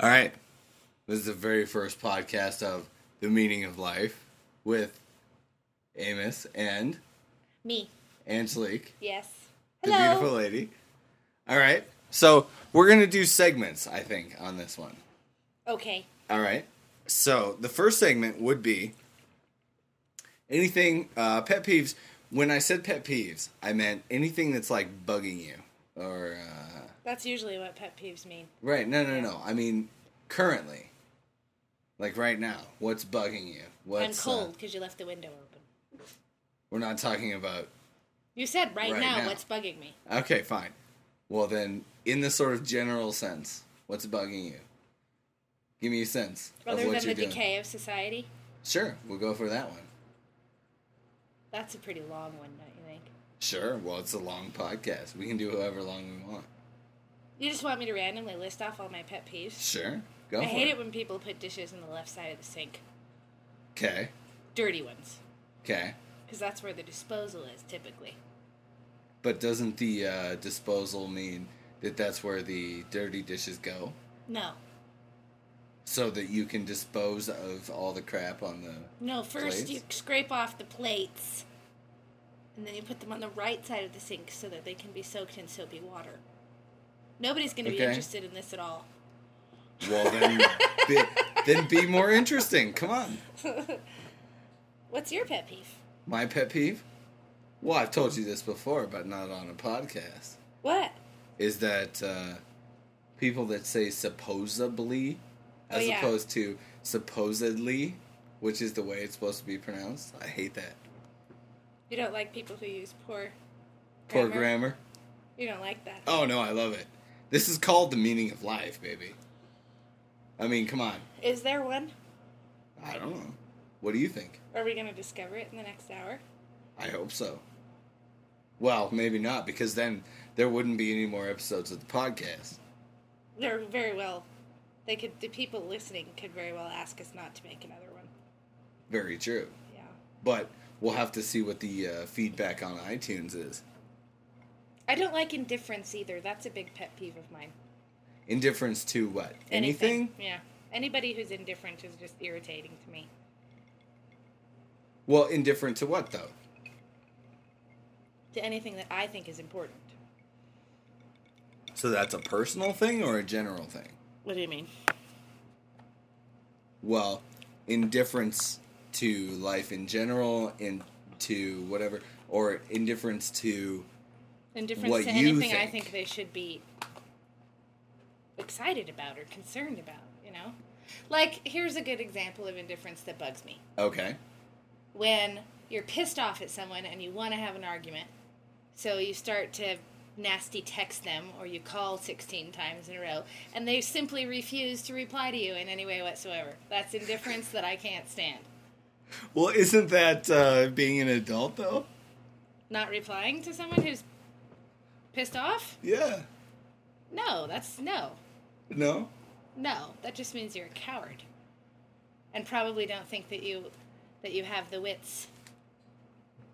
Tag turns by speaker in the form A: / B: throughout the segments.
A: All right. This is the very first podcast of The Meaning of Life with Amos and
B: Me.
A: Angelique,
B: Yes.
A: the beautiful lady. All right. So, we're going to do segments, I think, on this one.
B: Okay.
A: All right. So, the first segment would be anything uh, pet peeves. When I said pet peeves, I meant anything that's like bugging you or uh,
B: That's usually what pet peeves mean.
A: Right. No, no, no. I mean, currently, like right now, what's bugging you? What's
B: I'm
A: uh,
B: cold because you left the window open.
A: we're not talking about.
B: You said right,
A: Right
B: now,
A: now.
B: what's bugging me.
A: Okay, fine. Well, then, in this sort of general sense, what's bugging you? Give me a sense
B: Other
A: of what
B: than the
A: you're doing.
B: decay of society.
A: Sure, we'll go for that one.
B: That's a pretty long one, don't you think?
A: Sure. Well, it's a long podcast. We can do however long we want.
B: You just want me to randomly list off all my pet peeves?
A: Sure. Go
B: I
A: for
B: hate it when people put dishes on the left side of the sink.
A: Okay.
B: Dirty ones.
A: Okay.
B: Because that's where the disposal is, typically.
A: But doesn't the uh, disposal mean that that's where the dirty dishes go?
B: No.
A: so that you can dispose of all the crap on the
B: No, first
A: Plates?
B: you scrape off the plates. And then you put them on the right side of the sink so that they can be soaked in soapy water. Nobody's going to be
A: Okay.
B: interested in this at all.
A: well then be, then be more interesting come on
B: What's your pet peeve?
A: my pet peeve well i've told you this before but not on a podcast
B: What?
A: is that uh, people that say supposedly
B: Oh,
A: as
B: yeah.
A: opposed to supposedly which is the way it's supposed to be pronounced i hate that
B: You don't like people who use poor
A: poor grammar
B: You don't like that.
A: oh no i love it this is called the meaning of life baby i mean come on
B: Is there one?
A: i don't know what do you think
B: Are we going to discover it in the next hour?
A: I hope so. Well, maybe not, because then there wouldn't be any more episodes of the podcast.
B: They're very well. They could. The people listening could very well ask us not to make another one.
A: Very true.
B: Yeah.
A: But we'll have to see what the uh, feedback on iTunes is.
B: I don't like indifference either. That's a big pet peeve of mine.
A: Indifference to what? Anything?
B: Yeah. Anybody who's indifferent is just irritating to me.
A: Well, indifferent to what, though?
B: To anything that I think is important.
A: So that's a personal thing or a general thing?
B: What do you mean?
A: Well, indifference to life in general and to whatever, or indifference to.
B: Indifference
A: What
B: to
A: you
B: anything I
A: think.
B: think they should be excited about or concerned about, you know? Like, here's a good example of indifference that bugs me.
A: Okay.
B: When you're pissed off at someone and you want to have an argument, so you start to nasty text them or you call 16 times in a row, and they simply refuse to reply to you in any way whatsoever. That's indifference that I can't stand.
A: Well, isn't that uh, being an adult, though?
B: Not replying to someone who's pissed off?
A: Yeah.
B: No, that's no.
A: No?
B: No, that just means you're a coward, and probably don't think that you that you have the wits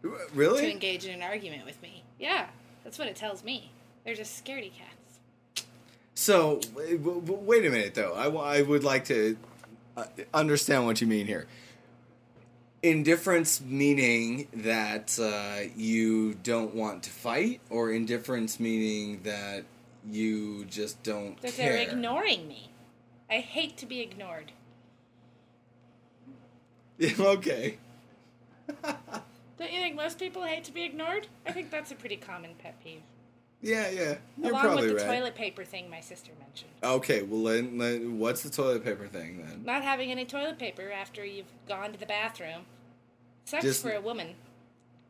A: R- Really?
B: to engage in an argument with me. Yeah, that's what it tells me. They're just scaredy cats.
A: So, w- w- w- wait a minute, though. I, w- I would like to uh, understand what you mean here. Indifference meaning that uh, you don't want to fight, or indifference meaning that you just don't
B: That
A: care.
B: they're ignoring me. I hate to be ignored.
A: okay.
B: Don't you think most people hate to be ignored? I think that's a pretty common pet peeve.
A: Yeah, yeah. You're
B: Along
A: probably
B: with the
A: right.
B: toilet paper thing my sister mentioned.
A: Okay, well, then, then what's the toilet paper thing then?
B: Not having any toilet paper after you've gone to the bathroom sucks
A: Just-
B: for a woman.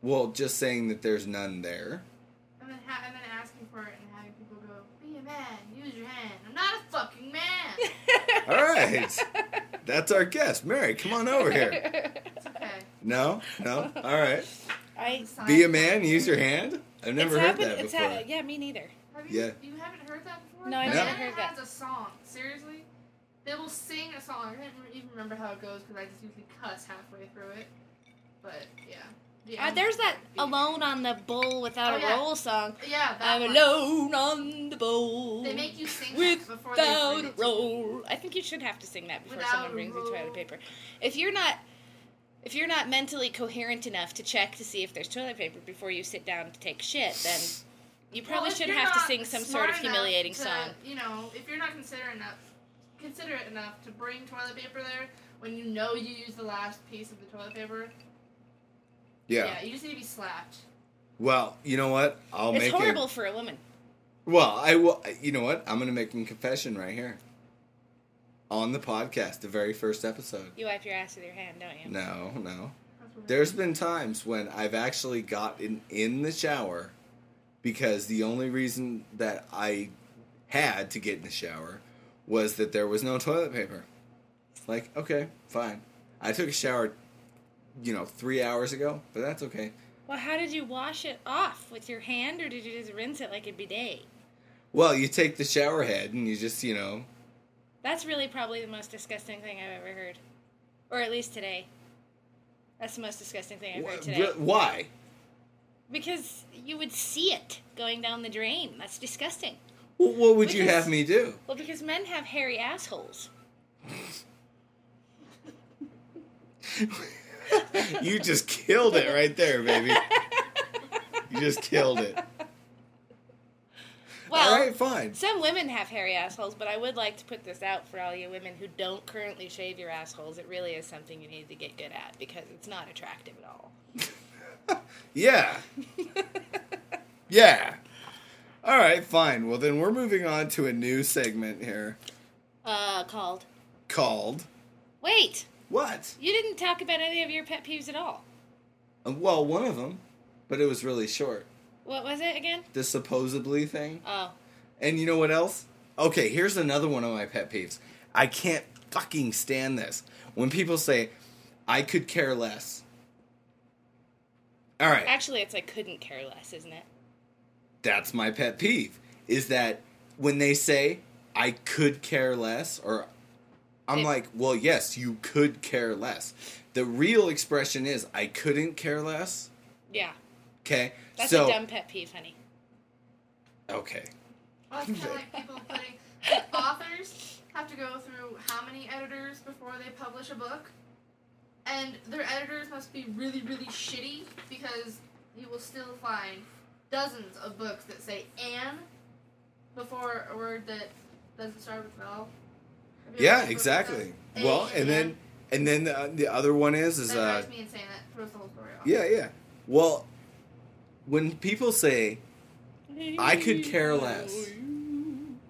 A: Well, just saying that there's none there.
C: And then, ha- and then asking for it and having people go, be a man, use your hand. I'm not a fucking man.
A: All right. That's our guest. Mary, come on over here.
C: It's okay.
A: No? No? All right.
B: I
A: Be a man, use your hand. I've never
B: it's
A: heard
B: happened,
A: that
B: it's
A: before.
B: hap- yeah, me neither.
C: Have you,
A: Yeah.
C: You haven't heard that before?
B: No, I've
A: No.
B: never heard that.
C: has a song. Seriously? They will sing a song. I can't re- even remember how it goes because I just usually cuss halfway through it. But yeah. The
B: Uh, there's that
C: alone.
B: "Alone on the Bull Without
C: Oh,
B: a
C: yeah.
B: Roll" song.
C: Yeah, that
B: I'm
C: one.
B: alone on the bowl.
C: They make you sing
B: With
C: that before they
B: without
C: bring
B: a
C: it to you.
B: roll. I think you should have to sing that before
C: Without
B: someone
C: a
B: brings you toilet
C: roll.
B: paper. If you're not if you're not mentally coherent enough to check to see if there's toilet paper before you sit down to take shit, then you
C: Well,
B: probably
C: if
B: should
C: you're
B: have to
C: not
B: sing some
C: smart
B: sort of
C: enough
B: humiliating
C: to,
B: song.
C: You know, if you're not considerate enough, considerate enough to bring toilet paper there when you know you used the last piece of the toilet paper.
A: Yeah.
C: you just need to be slapped.
A: Well, you know what? I'll
B: it's
A: make
B: horrible
A: A,
B: for a woman.
A: well, I will. You know what? I'm going to make a confession right here on the podcast, the very first episode.
B: You wipe your ass with your hand, don't you?
A: No, no.
C: That's what
A: There's been times when I've actually gotten in the shower because the only reason that I had to get in the shower was that there was no toilet paper. Like, okay, fine. I took a shower, you know, three hours ago, but that's okay.
B: Well, how did you wash it off? With your hand, or did you just rinse it like a bidet?
A: Well, you take the shower head and you just, you know,
B: That's really probably the most disgusting thing I've ever heard. Or at least today. That's the most disgusting thing I've heard
A: wh-
B: today.
A: wh- why?
B: Because you would see it going down the drain. That's disgusting.
A: Well, what would you
B: Because-
A: have me do?
B: Well, because men have hairy assholes.
A: you just killed it right there, baby. You just killed it.
B: Well,
A: All right, fine.
B: some women have hairy assholes, but I would like to put this out for all you women who don't currently shave your assholes. It really is something you need to get good at because it's not attractive at all.
A: Yeah. yeah. All right, fine. Well, then we're moving on to a new segment here
B: Uh, called.
A: called
B: Wait!
A: What?
B: You didn't talk about any of your pet peeves at all.
A: Uh, Well, one of them, but it was really short.
B: What was it again?
A: The supposedly thing.
B: Oh.
A: And you know what else? Okay, here's another one of my pet peeves. I can't fucking stand this. When people say, I could care less. All right.
B: Actually, it's I couldn't care less, isn't it?
A: that's my pet peeve is that when they say I could care less or I'm
B: It-
A: like, well, yes, you could care less. The real expression is I couldn't care less.
B: Yeah.
A: Okay,
B: That's
A: so
B: a dumb pet peeve, honey.
A: okay,
C: Well, it's kind of like people putting like, authors have to go through how many editors before they publish a book, and their editors must be really, really shitty because you will still find dozens of books that say "an" before a word that doesn't start with "l." Have
B: Mm-hmm.
C: you ever read a
A: yeah,
C: book
A: exactly.
C: that says
A: Well,
C: "a"
A: and then and then uh, the, the other one is is
C: that
A: uh,
C: drives me insane. That throws the whole story off.
A: yeah, yeah. Well, when people say I could care less.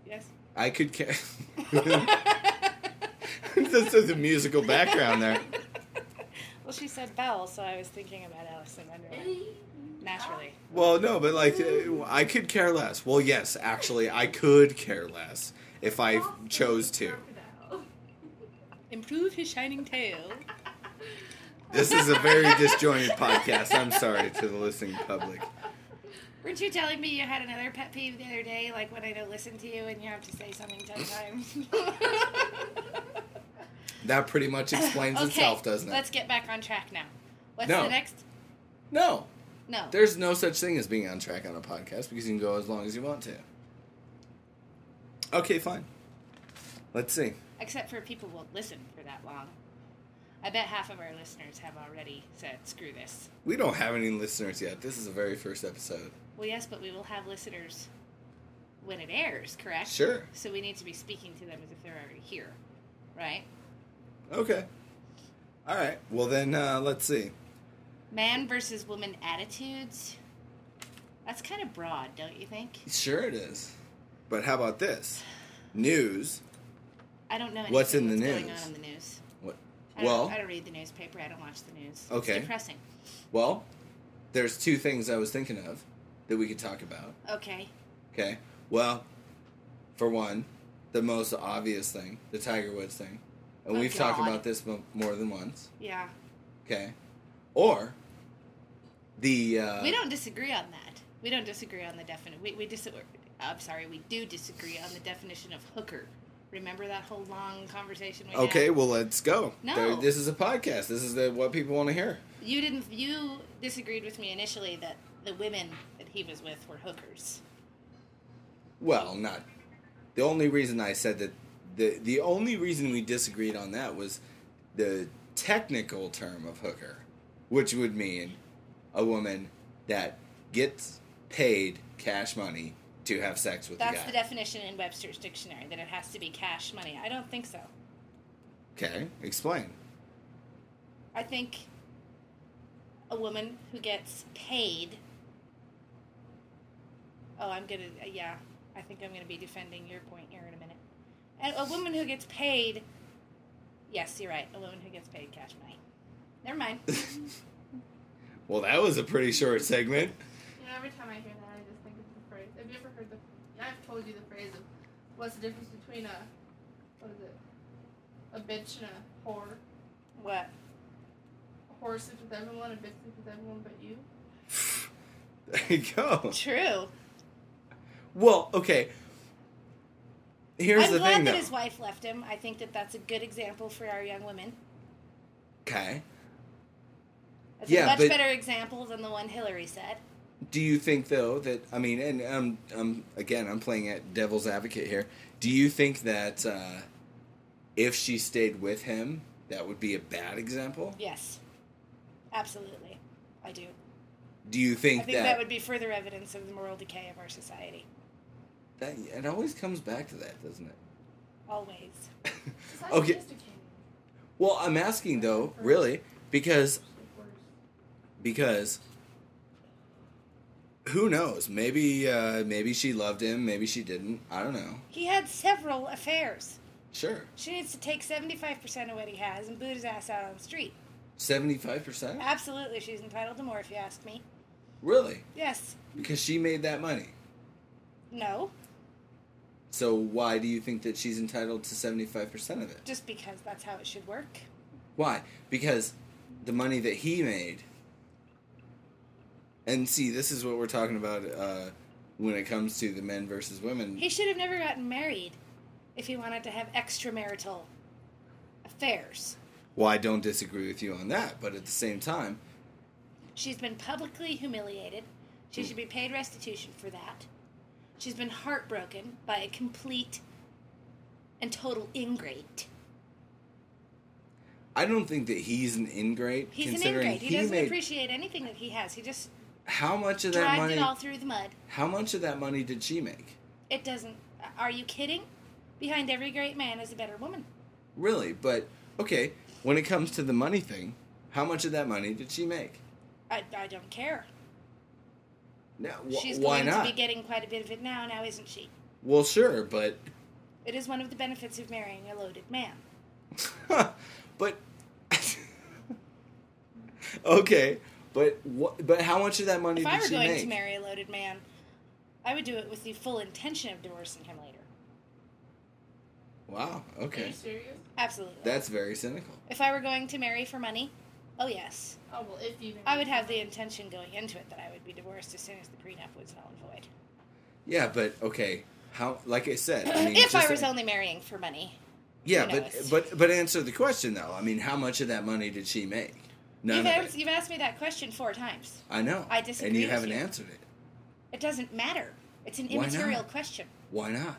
B: Yes.
A: I could care, this is a musical background there.
B: Well, she said Belle, so I was thinking about Alice in Wonderland. Naturally.
A: Well, no, but like
B: Mm.
A: uh, I could care less. Well, yes, actually, I could care less if I chose to.
B: Improve his shining tail.
A: This is a very disjointed podcast. I'm sorry to the listening public.
B: Weren't you telling me you had another pet peeve the other day, like when I don't listen to you and you have to say something ten times?
A: That pretty much explains
B: okay,
A: itself, doesn't it?
B: Let's get back on track now. What's
A: No.
B: the next?
A: No,
B: No.
A: there's no such thing as being on track on a podcast because you can go as long as you want to. Okay, fine. Let's see.
B: Except for people won't listen for that long. I bet half of our listeners have already said, screw this.
A: We don't have any listeners yet. This is the very first episode.
B: Well, yes, but we will have listeners when it airs, correct?
A: Sure.
B: So we need to be speaking to them as if they're already here, right?
A: Okay. All right. Well, then uh, let's see.
B: Man versus woman attitudes. That's kind of broad, don't you think?
A: Sure, it is. But how about this? News.
B: I don't know. Anything
A: What's in the
B: that's Going
A: news?
B: on in the news.
A: What?
B: I
A: Well,
B: don't, I don't read the newspaper. I don't watch the news.
A: Okay.
B: It's depressing.
A: well, there's two things I was thinking of that we could talk about.
B: Okay.
A: Okay. Well, for one, the most obvious thing, the Tiger Woods thing, and
B: Oh,
A: we've talked
B: God.
A: about this mo- more than once.
B: Yeah.
A: Okay. Or the uh,
B: we don't disagree on that. We don't disagree on the definition. We, we dis- I'm sorry, we do disagree on the definition of hooker. Remember that whole long conversation we had?
A: Okay, well let's go.
B: No.
A: There- this is a podcast. This is the, what people want to hear.
B: You didn't. You disagreed with me initially that the women that he was with were hookers.
A: Well, not the only reason I said that. the The only reason we disagreed on that was the technical term of hooker, which would mean a woman that gets paid cash money to have sex with
B: That's
A: a
B: the
A: guy.
B: definition in Webster's dictionary that it has to be cash money. I don't think so.
A: okay, explain.
B: I think a woman who gets paid. Oh, I'm gonna. uh, Yeah, I think I'm gonna be defending your point here in a minute. A, a woman who gets paid. Yes, you're right. A woman who gets paid cash money. Never mind.
A: well, that was a pretty short segment.
C: You know, every time I hear that, I just think of the phrase. Have you ever heard the? I've told you the phrase of what's the difference between a what is it? A bitch and a whore.
B: What?
C: A whore sleeps with everyone. A bitch sleeps with everyone but you.
A: There you go.
B: True.
A: Well, okay. Here's
B: I'm
A: the
B: glad
A: thing,
B: that
A: though.
B: his wife left him. I think that that's a good example for our young women.
A: Okay.
B: That's
A: Yeah,
B: a much
A: but-
B: better example than the one Hillary said.
A: Do you think though that I mean, and um, um, again, I'm playing at devil's advocate here. Do you think that uh, if she stayed with him, that would be a bad example?
B: Yes, absolutely, I do.
A: Do you think,
B: I think that,
A: that,
B: would be further evidence of the moral decay of our society.
A: that it always comes back to that, doesn't it?
B: Always.
C: Society
A: Okay.
C: Just became
A: Well, I'm asking though, really, because
C: worse.
A: because who knows? Maybe uh, maybe she loved him, maybe she didn't. I don't know.
B: He had several affairs.
A: Sure,
B: She needs to take 75% of what he has and boot his ass out on the street.
A: seventy five percent.
B: Absolutely, she's entitled to more if you ask me.
A: Really,
B: Yes.
A: because she made that money.
B: No.
A: So why do you think that she's entitled to 75% of it?
B: Just because that's how it should work.
A: Why? Because the money that he made and see this is what we're talking about uh, when it comes to the men versus women.
B: He should have never gotten married if he wanted to have extramarital affairs.
A: Well, I don't disagree with you on that, but at the same time,
B: She's been publicly humiliated. She should be paid restitution for that. She's been heartbroken by a complete and total ingrate.
A: I don't think that he's an ingrate
B: He's an
A: considering
B: ingrate. He,
A: he
B: doesn't
A: made
B: appreciate anything that he has. He just
A: how much of that
B: dragged
A: money
B: it all through the mud.
A: how much of that money did she make?
B: It doesn't. Are you kidding? Behind every great man is a better woman.
A: Really? But okay, when it comes to the money thing, how much of that money did she make?
B: I, I don't care.
A: No, wh-
B: She's
A: why
B: going
A: not?
B: to be getting quite a bit of it now, now isn't she?
A: Well, sure, but
B: It is one of the benefits of marrying a loaded man.
A: but okay, but what? But how much of that money
B: If
A: did
B: I were
A: she
B: going
A: make?
B: to marry a loaded man, I would do it with the full intention of divorcing him later.
A: Wow.
C: Are you
A: Okay,
C: serious?
B: Absolutely.
A: that's very cynical.
B: if I were going to marry for money, oh yes,
C: Oh well, if you. even-
B: I would have the intention going into it that I would be divorced as soon as the prenup was null and void.
A: Yeah, but okay. How? Like I said, I mean,
B: if I
A: just-
B: was only marrying for money,
A: yeah,
B: who
A: but
B: knows?
A: but but answer the question though. I mean, how much of that money did she make? None
B: you've,
A: of
B: ans-
A: it.
B: you've asked me that question four times.
A: I know.
B: I disagree
A: And you
B: with
A: haven't
B: you.
A: answered it.
B: It doesn't matter. It's an
A: Why not?
B: immaterial question
A: Why not?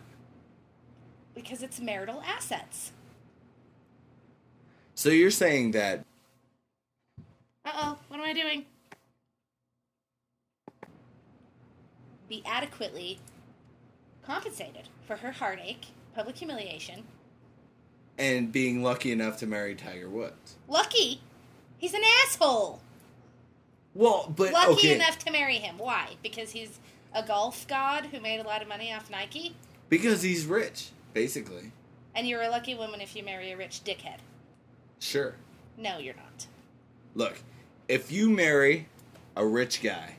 B: because it's marital assets.
A: So you're saying that?
B: Uh oh, what am I doing? Be adequately compensated for her heartache, public humiliation.
A: And being lucky enough to marry Tiger Woods.
B: Lucky, he's an asshole.
A: Well, but
B: Lucky
A: okay.
B: enough to marry him. Why? Because he's a golf god who made a lot of money off Nike,
A: because he's rich, basically.
B: and you're a lucky woman if you marry a rich dickhead.
A: Sure.
B: No, you're not.
A: Look, if you marry a rich guy,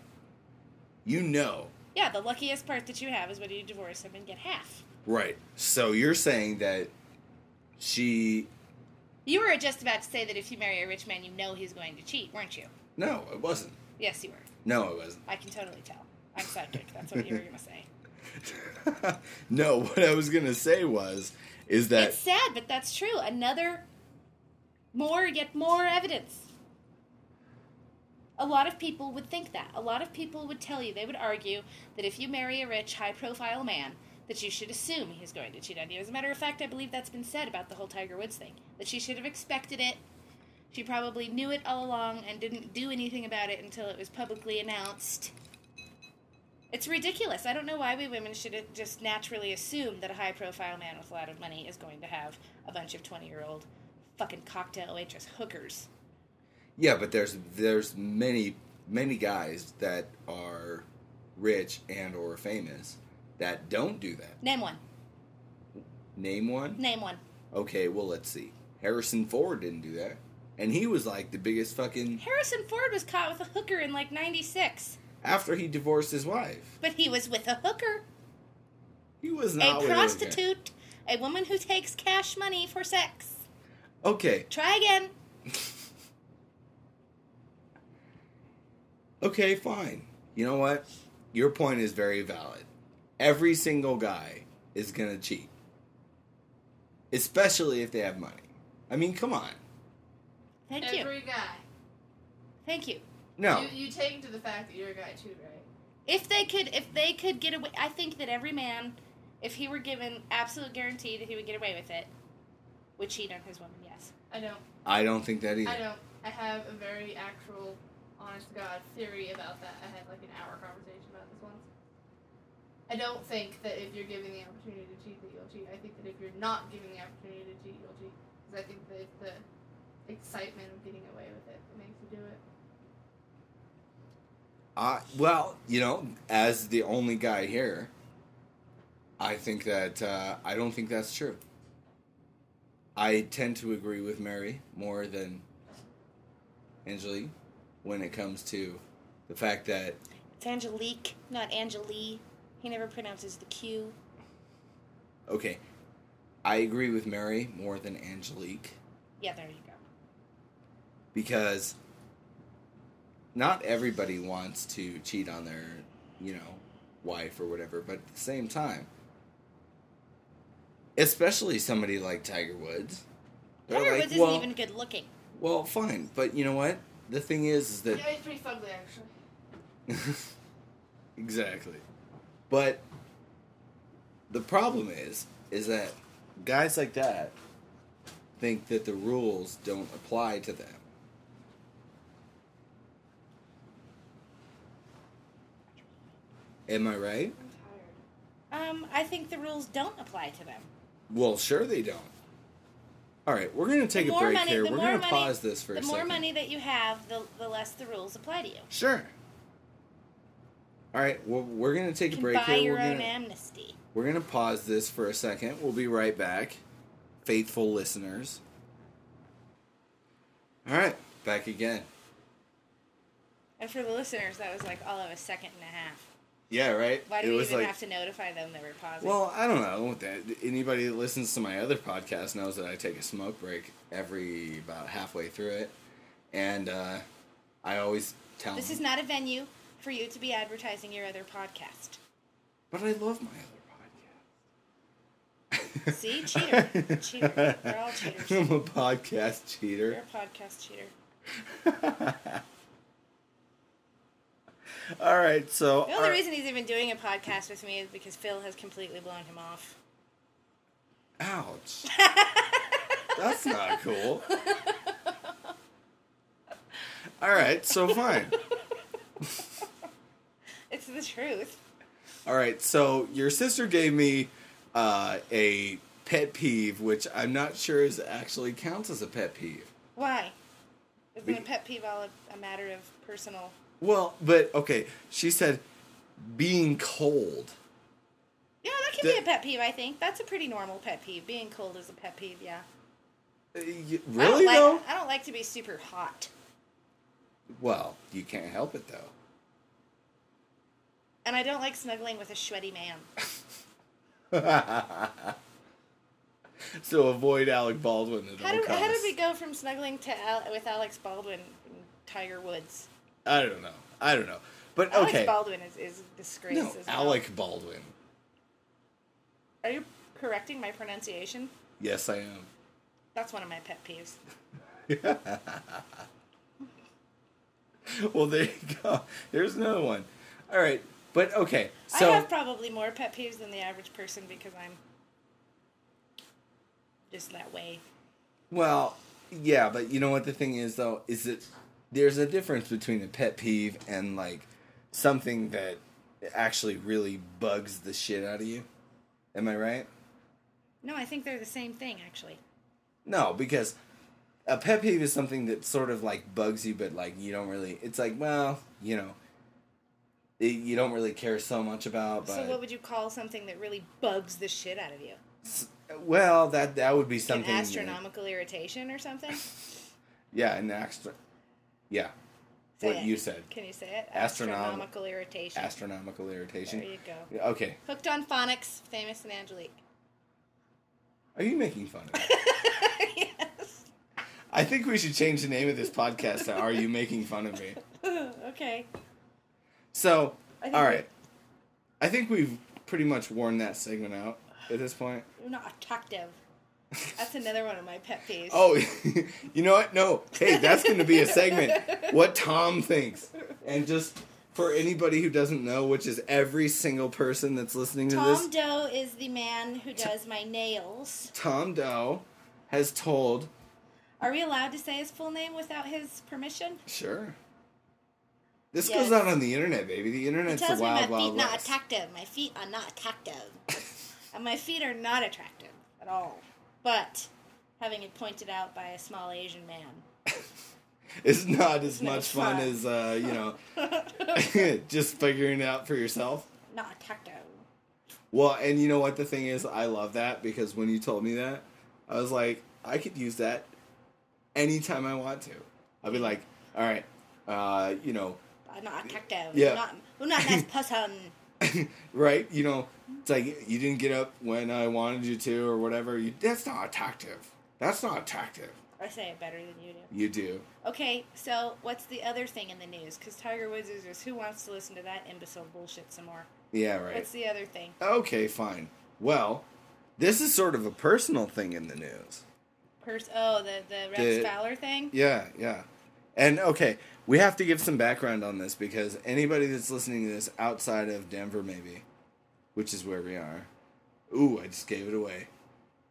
A: you know.
B: Yeah, the luckiest part that you have is when you divorce him and get half.
A: Right. So you're saying that she.
B: You were just about to say that if you marry a rich man, you know he's going to cheat, weren't you?
A: No, it wasn't.
B: Yes, you were.
A: No, it wasn't.
B: I can totally tell. I'm psychic. That's what you were going to say.
A: no, what I was going to say was is that
B: it's sad, but that's true. Another more yet more evidence. A lot of people would think that. A lot of people would tell you, they would argue that if you marry a rich, high profile man, that you should assume he's going to cheat on you. As a matter of fact, I believe that's been said about the whole Tiger Woods thing. That she should have expected it. She probably knew it all along and didn't do anything about it until it was publicly announced. It's ridiculous. I don't know why we women should just naturally assume that a high profile man with a lot of money is going to have a bunch of 20 year old fucking cocktail waitress hookers.
A: yeah but there's there's many many guys that are rich and or famous that don't do that
B: Name one.
A: name one
B: Name one.
A: okay well let's see harrison ford didn't do that and he was like the biggest fucking
B: Harrison Ford was caught with a hooker in like 96,
A: after he divorced his wife
B: but he was with a hooker,
A: he was not
B: a
A: with this guy.
B: prostitute, a woman who takes cash money for sex.
A: okay
B: Try again.
A: Okay, fine. You know what? Your point is very valid. Every single guy is going to cheat, especially if they have money. I mean, come on.
B: Thank you.
C: Every guy.
B: Thank you.
A: No.
C: You, you take to the fact that you're a guy too, right?
B: If they could, if they could get away, I think that every man, if he were given absolute guarantee that he would get away with it, would cheat on his woman. Yes.
C: I don't.
A: I don't think that
C: I
A: either.
C: don't. I have a very actual, honest to God theory about that. I had like an hour conversation about this once. I don't think that if you're given the opportunity to cheat, that you'll cheat. I think that if you're not given the opportunity to cheat, you'll cheat. Because I think that it's the excitement of getting away with it that makes you do it.
A: I, well, you know, as the only guy here, I think that, uh, I don't think that's true. I tend to agree with Mary more than Angelique when it comes to the fact that
B: It's Angelique, not Angelie. He never pronounces the Q.
A: Okay. I agree with Mary more than Angelique
B: Yeah, there you go.
A: because not everybody wants to cheat on their, you know, wife or whatever, but at the same time, especially somebody like Tiger Woods. they're
B: Tiger
A: like,
B: Woods isn't
A: well,
B: even good looking.
A: well, fine, but you know what? The thing is, is that
C: Yeah, it's pretty fugly actually.
A: exactly. But the problem is, is that guys like that think that the rules don't apply to them. Am I right?
C: I'm tired.
B: Um, I think the rules don't apply to them.
A: Well, sure they don't. All right, we're going to take
B: The
A: a
B: more
A: break
B: money-
A: here.
B: the
A: We're
B: more
A: going to
B: money-
A: pause this for
B: The
A: a
B: more
A: second.
B: money that you have, the, the less the rules apply to you.
A: Sure. All right, well, we're going to take a
B: You can
A: break
B: buy
A: here.
B: your
A: we're
B: own
A: gonna...
B: amnesty.
A: We're going to pause this for a second. We'll be right back. Faithful listeners. All right, back again.
B: And for the listeners, that was like all of a second and a half.
A: Yeah, right?
B: Why do we even have to notify them that we're pausing?
A: Well, I don't know. That anybody that listens to my other podcast knows that I take a smoke break every about halfway through it. And uh, I always tell
B: this
A: them,
B: is not a venue for you to be advertising your other podcast.
A: but I love my other podcast.
B: See? Cheater. Cheater. We're all cheaters.
A: I'm a podcast
B: You're
A: cheater.
B: a podcast cheater.
A: All right, so
B: The only
A: our-
B: reason he's even doing a podcast with me is because Phil has completely blown him off.
A: Ouch. That's not cool. All right, so fine.
B: It's the truth.
A: All right, so your sister gave me uh, a pet peeve, which I'm not sure is actually counts as a pet peeve.
B: Why? Isn't
A: Be-
B: a pet peeve all a, a matter of personal?
A: Well, but okay, she said being cold.
B: Yeah, that could
A: The-
B: be a pet peeve. I think that's a pretty normal pet peeve. Being cold is a pet peeve. Yeah.
A: Uh, y-
B: I don't
A: Really
B: like-
A: though?
B: I don't like to be super hot,
A: Well, you can't help it though.
B: and I don't like snuggling with a sweaty man.
A: So avoid Alec Baldwin at
B: How
A: all
B: did,
A: costs.
B: how did we go from snuggling to Al, with Alex Baldwin and Tiger Woods?
A: I don't know. I don't know. But
B: Alex
A: okay.
B: Baldwin is, is a disgrace.
A: No,
B: as well.
A: Alec Baldwin.
B: Are you correcting my pronunciation?
A: Yes, I am.
B: That's one of my pet peeves.
A: Well, there you go. There's another one. All right, but okay.
B: I
A: So
B: have probably more pet peeves than the average person because I'm just that way.
A: well, yeah, but you know what the thing is though is that there's a difference between a pet peeve and like something that actually really bugs the shit out of you. Am I right?
B: No, I think they're the same thing actually.
A: No, because a pet peeve is something that sort of like bugs you, but like you don't really. It's like well, you know, it, you don't really care so much about. But
B: So what would you call something that really bugs the shit out of you?
A: s- well, that that would be something
B: An
A: that-
B: astronomical irritation or something?
A: Yeah, an astro. Yeah,
B: Say
A: what
B: it.
A: you said.
B: Can you say it?
A: Astronom-
B: astronomical irritation.
A: Astronomical irritation.
B: there you go.
A: Yeah, Okay,
B: Hooked on phonics, famous and Angelique.
A: are you making fun of me?
B: yes.
A: I think we should change the name of this podcast to "Are You Making Fun of Me."
B: okay.
A: So,
B: I think
A: all
B: we-
A: right, I think we've pretty much worn that segment out at this point.
B: You're not attractive. That's another one of my pet peeves.
A: Oh, you know what? No. Hey, that's going to be a segment. What Tom thinks. And just for anybody who doesn't know, which is every single person that's listening to
B: Tom
A: this,
B: Doe is the man who does my nails.
A: Tom Dow has told.
B: Are we allowed to say his full name without his permission?
A: Sure. This
B: Yes.
A: goes out on the internet, baby. The
B: He
A: internet's the
B: tells me my
A: wild,
B: feet
A: wild
B: not
A: west.
B: attractive. My feet are not attractive. and my feet are not attractive at all. But having it pointed out by a small Asian man.
A: It's not as
B: no
A: much fun
B: fun.
A: as, uh, you know, just figuring it out for yourself.
B: not attractive.
A: Well, and you know what the thing is, I love that because when you told me that, I was like, I could use that anytime I want to. I'll be like, all right, uh, you know,
B: I'm not attractive.
A: Yeah.
B: I'm not, I'm not a nice person.
A: right? You know, it's like you didn't get up when I wanted you to or whatever. You, that's not attractive. That's not attractive.
B: I say it better than you do.
A: You do.
B: Okay, so what's the other thing in the news? Because Tiger Woods is just who wants to listen to that imbecile bullshit some more?
A: Yeah, right.
B: What's the other thing?
A: Okay, fine. Well, this is sort of a personal thing in the news.
B: Pers- oh, the the Rex
A: The-
B: Fowler thing.
A: Yeah, yeah. And okay, we have to give some background on this because anybody that's listening to this outside of Denver, maybe, which is where we are. Ooh, I just gave it away.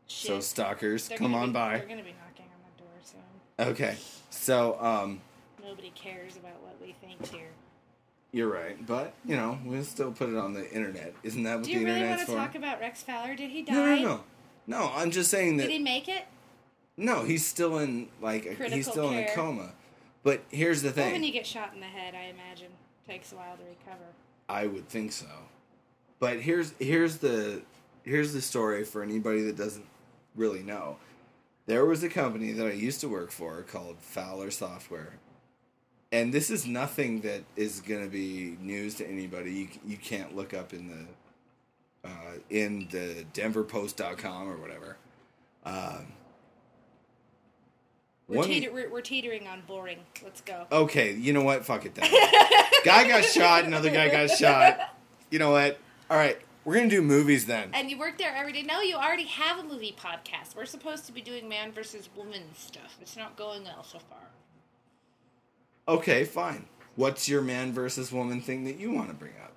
B: Shit.
A: So stalkers,
B: They're
A: come
B: gonna
A: on
B: be-
A: by.
B: They're gonna be knocking on the door soon.
A: Okay, so um,
B: Nobody cares about what we think here.
A: you're right, but you know we'll still put it on the internet. Isn't that what
B: Do
A: the
B: you really want
A: internet's
B: to
A: for?
B: talk about Rex Fowler? Did he die?
A: no, no, no, no. I'm just saying that
B: Did he make it?
A: no, he's still in like a, he's
B: Critical
A: still in a
B: care.
A: coma. But here's the
B: Well,
A: thing.
B: when you get shot in the head, I imagine takes a while to recover.
A: I would think so. But here's here's the here's the story for anybody that doesn't really know. There was a company that I used to work for called Fowler Software. And this is nothing that is going to be news to anybody. You, you can't look up in the uh, in the denverpost.com or whatever. Um,
B: We're,
A: one-
B: teeter- we're, we're teetering on boring. Let's go.
A: Okay, you know what? Fuck it then. guy got shot, another guy got shot. You know what? All right, we're going to do movies then.
B: And you work there every day. No, you already have a movie podcast. We're supposed to be doing man versus woman stuff. It's not going well so far.
A: Okay, fine. What's your man versus woman thing that you want to bring up?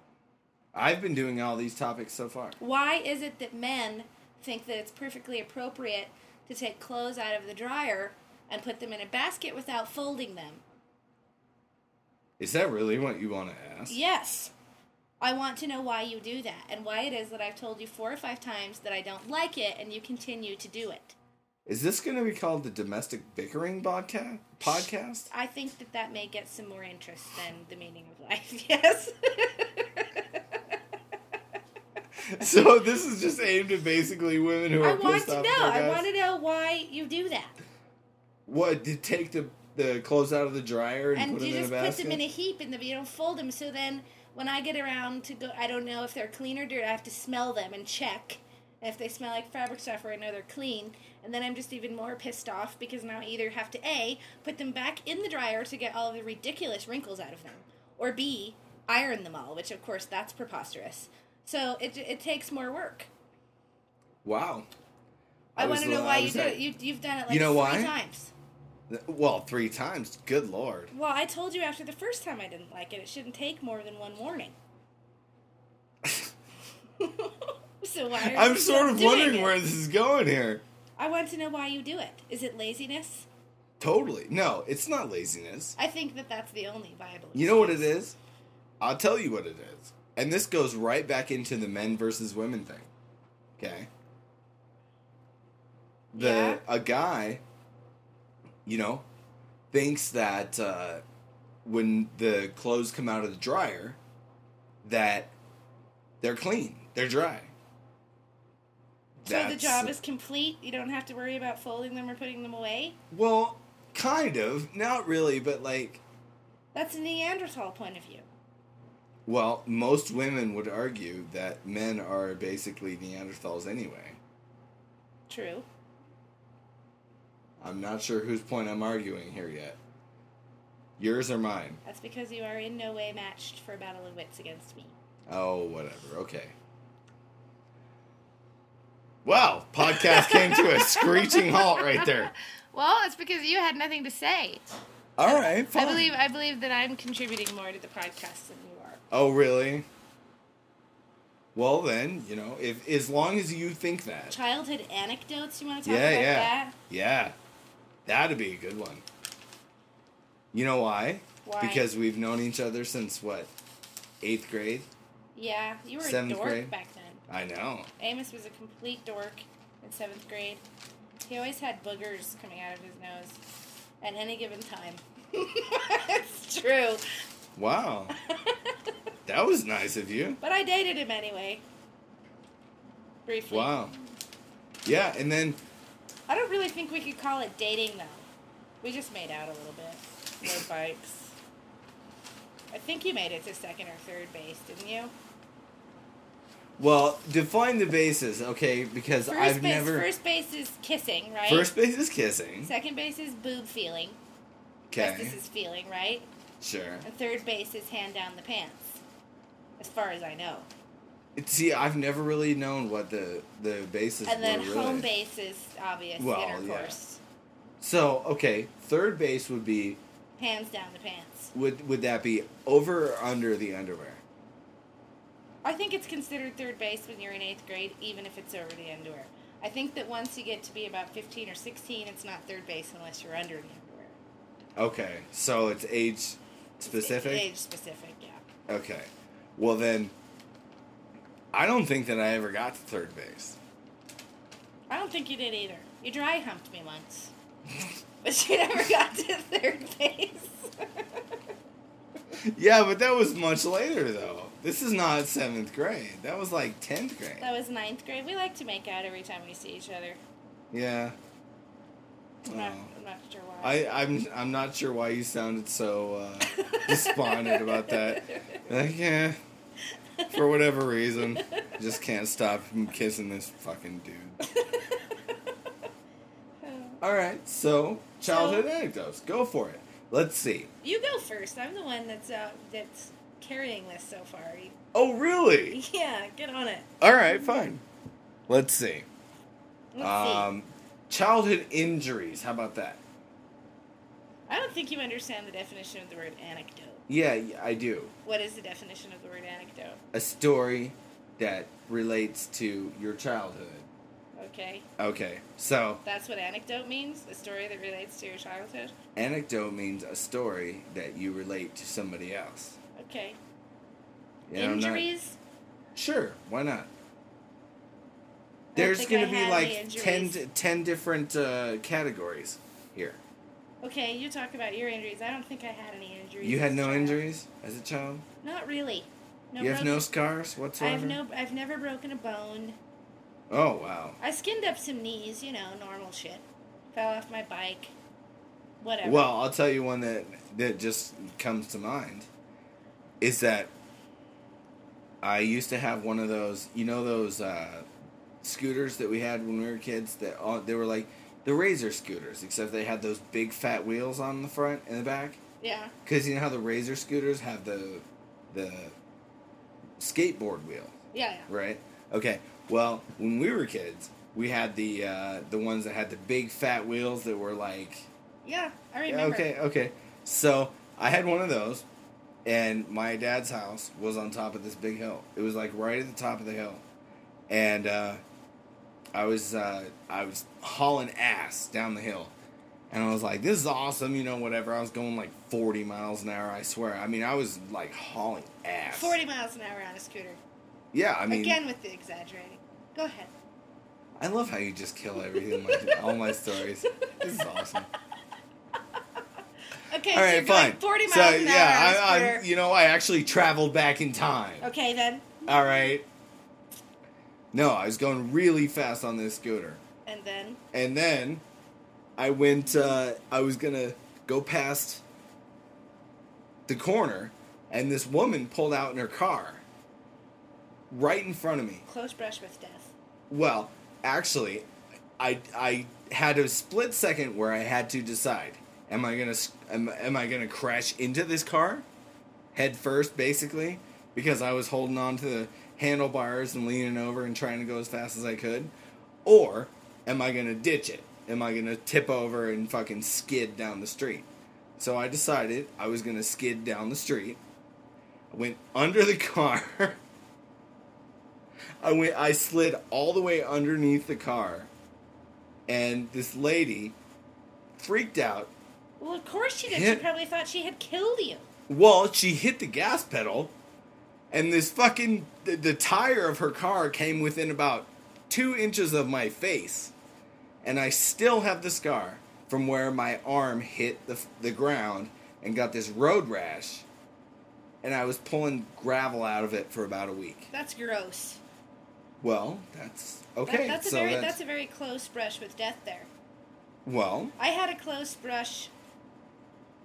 A: I've been doing all these topics so far.
B: Why is it that men think that it's perfectly appropriate to take clothes out of the dryer and put them in a basket without folding them?
A: Is that really what you want to ask?
B: Yes. I want to know why you do that and why it is that I've told you four or five times that I don't like it and you continue to do it.
A: Is this going to be called the domestic bickering podcast? Podcast?
B: I think that that may get some more interest than the meaning of life. Yes.
A: so this is just aimed at basically women who are
B: I want
A: pissed
B: to
A: off
B: know.
A: at their
B: I
A: guys?
B: want to know why you do that.
A: What to take the the clothes out of the dryer and,
B: And
A: put
B: you
A: them
B: just
A: in a
B: put
A: basket?
B: them in a heap and you don't fold them. So then when I get around to go, I don't know if they're clean or dirty. I have to smell them and check. And If they smell like fabric stuffer, I know they're clean. And then I'm just even more pissed off because now I either have to A, put them back in the dryer to get all of the ridiculous wrinkles out of them, or B, iron them all, which of course that's preposterous. So it, it takes more work.
A: Wow.
B: I, want
A: was
B: to
A: the-
B: know
A: I
B: why you
A: was
B: did
A: there.
B: it. You, you've done it like
A: You know
B: three
A: why?
B: times.
A: Well, three times. Good lord.
B: Well, I told you after the first time I didn't like it. It shouldn't take more than one warning. so why? Are you
A: I'm
B: still
A: sort of
B: doing
A: wondering
B: it?
A: where this is going here.
B: I want to know why you do it. Is it laziness?
A: Totally. No, it's not laziness.
B: I think that that's the only viable.
A: You know what it
B: excuse.
A: is? I'll tell you what it is. And this goes right back into the men versus women thing. Okay? The
B: Yeah.
A: a guy, you know, thinks that uh, when the clothes come out of the dryer, that they're clean, they're dry.
B: So the job
A: That's-
B: is complete. You don't have to worry about folding them or putting them away.
A: well, kind of, not really, but like
B: That's a Neanderthal point of view.
A: Well, most women would argue that men are basically Neanderthals anyway.
B: True.
A: I'm not sure whose point I'm arguing here yet. Yours or mine?
B: That's because you are in no way matched for a battle of wits against me.
A: Oh, whatever. Okay. Wow, podcast came to a screeching halt right there.
B: Well, it's because you had nothing to say.
A: All right, fine.
B: I believe I believe that I'm contributing more to the podcast than you are.
A: Oh, really? Well, then, you know, if as long as you think that.
B: Childhood anecdotes. You want to talk
A: Yeah,
B: about
A: yeah.
B: that?
A: Yeah. That'd be a good one. You know why?
B: Why?
A: Because we've known each other since what? Eighth grade?
B: Yeah, you were a
A: Seventh
B: dork
A: grade.
B: back then.
A: I know.
B: Amos was a complete dork in seventh grade. He always had boogers coming out of his nose at any given time. it's true.
A: Wow. that was nice of you.
B: But I dated him anyway. Briefly.
A: Wow. Yeah, and then
B: I don't really think we could call it dating though. We just made out a little bit. Road bikes. I think you made it to second or third base, didn't you?
A: well, define the bases, okay? Because
B: 1st
A: I've
B: base.
A: never
B: First base is kissing, right?
A: First base is kissing.
B: Second base is boob feeling. 'cause
A: Okay.
B: This is feeling, right?
A: Sure.
B: And third base is hand down the pants. As far as I know.
A: See, I've never really known what the the bases
B: And then
A: were really.
B: home base is obvious
A: Well, yeah.
B: intercourse.
A: So, okay, third base would be
B: Hands down the pants.
A: would would that be over or under the underwear?
B: I think it's considered third base when you're in eighth grade, even if it's over the underwear. I think that once you get to be about 15 or 16, it's not third base unless you're under the underwear.
A: Okay, so it's age
B: It's
A: specific.
B: Age specific, yeah.
A: Okay, well then, I don't think that I ever got to third base.
B: I don't think you did either. You dry humped me once. but you never got to third base.
A: Yeah, but that was much later though. This is not seventh grade. That was like tenth grade.
B: that was ninth grade. We like to make out every time we see each other.
A: yeah.
B: I'm, not,
A: Oh.
B: I'm not sure why.
A: I, I'm I'm not sure why you sounded so uh, despondent about that. Like, yeah, for whatever reason, just can't stop from kissing this fucking dude. All right, so childhood
B: So-
A: anecdotes. Go for it. Let's see.
B: you go first. I'm the one that's uh, that's carrying this so far.
A: Oh, really?
B: Yeah, get on it.
A: All right, fine. Let's see.
B: Let's see.
A: um, childhood injuries. How about that?
B: I don't think you understand the definition of the word anecdote.
A: Yeah, y- I do.
B: What is the definition of the word anecdote?
A: A story that relates to your childhood.
B: Okay,
A: Okay, so
B: that's what anecdote means? A story that relates to your childhood?
A: anecdote means a story that you relate to somebody else.
B: Okay.
A: Yeah, I'm not-
B: injuries?
A: Sure, why not?
B: I don't
A: There's
B: think
A: going
B: I
A: to be
B: had
A: like
B: any
A: 10,
B: injuries.
A: d- 10 different uh, categories here.
B: Okay, you talk about your injuries. I don't think I had any injuries.
A: You had
B: as a
A: no
B: child.
A: injuries as a child?
B: Not really. No
A: you have
B: broken-
A: no scars
B: I
A: whatsoever?
B: have no. I've never broken a bone.
A: Oh, wow.
B: I skinned up some knees, you know, normal shit. Fell off my bike. Whatever.
A: Well, I'll tell you one that that just comes to mind is that I used to have one of those, you know, those uh, scooters that we had when we were kids. That all, they were like the razor scooters, except they had those big fat wheels on the front and the back.
B: yeah.
A: Because you know how the razor scooters have the the skateboard wheel,
B: Yeah.
A: right? Okay. Well, when we were kids, we had the uh, the ones that had the big fat wheels that were like
B: Yeah, I
A: Yeah,
B: remember.
A: okay okay so i had one of those and my dad's house was on top of this big hill it was like right at the top of the hill and uh, i was uh, i was hauling ass down the hill and i was like this is awesome you know whatever i was going like 40 miles an hour i swear i mean i was like hauling ass
B: 40 miles an hour on a scooter.
A: yeah i mean
B: Again with the exaggerating. Go ahead.
A: i love how you just kill everything in my, all my stories this is awesome
B: Okay,
A: all
B: so you're
A: right
B: going
A: fine
B: 40 miles
A: so
B: an
A: yeah
B: hour on a
A: I,
B: scooter.
A: I, you know i actually traveled back in time
B: okay, then.
A: All right. No, I was going really fast on this scooter,
B: And then.
A: and then I went. Uh, I was gonna go past the corner, and this woman pulled out in her car, right in front of me.
B: Close brush with death.
A: Well, actually, I I had a split second where I had to decide: am I gonna s- am, am I gonna crash into this car, head first, basically, because I was holding on to the handlebars and leaning over and trying to go as fast as I could, or am I gonna ditch it? Am I gonna tip over and fucking skid down the street? So I decided I was gonna skid down the street. I went under the car. I went I slid all the way underneath the car and this lady freaked out.
B: Well, of course she did. She
A: Hit-
B: probably thought she had killed you.
A: Well, she hit the gas pedal and this fucking the, the tire of her car came within about 2 inches of my face. And I still have the scar from where my arm hit the the ground and got this road rash. And I was pulling gravel out of it for about a week.
B: That's gross.
A: Well, that's
B: That-
A: okay.
B: that's a
A: so
B: very that's a very close brush with death there.
A: well,
B: I had a close brush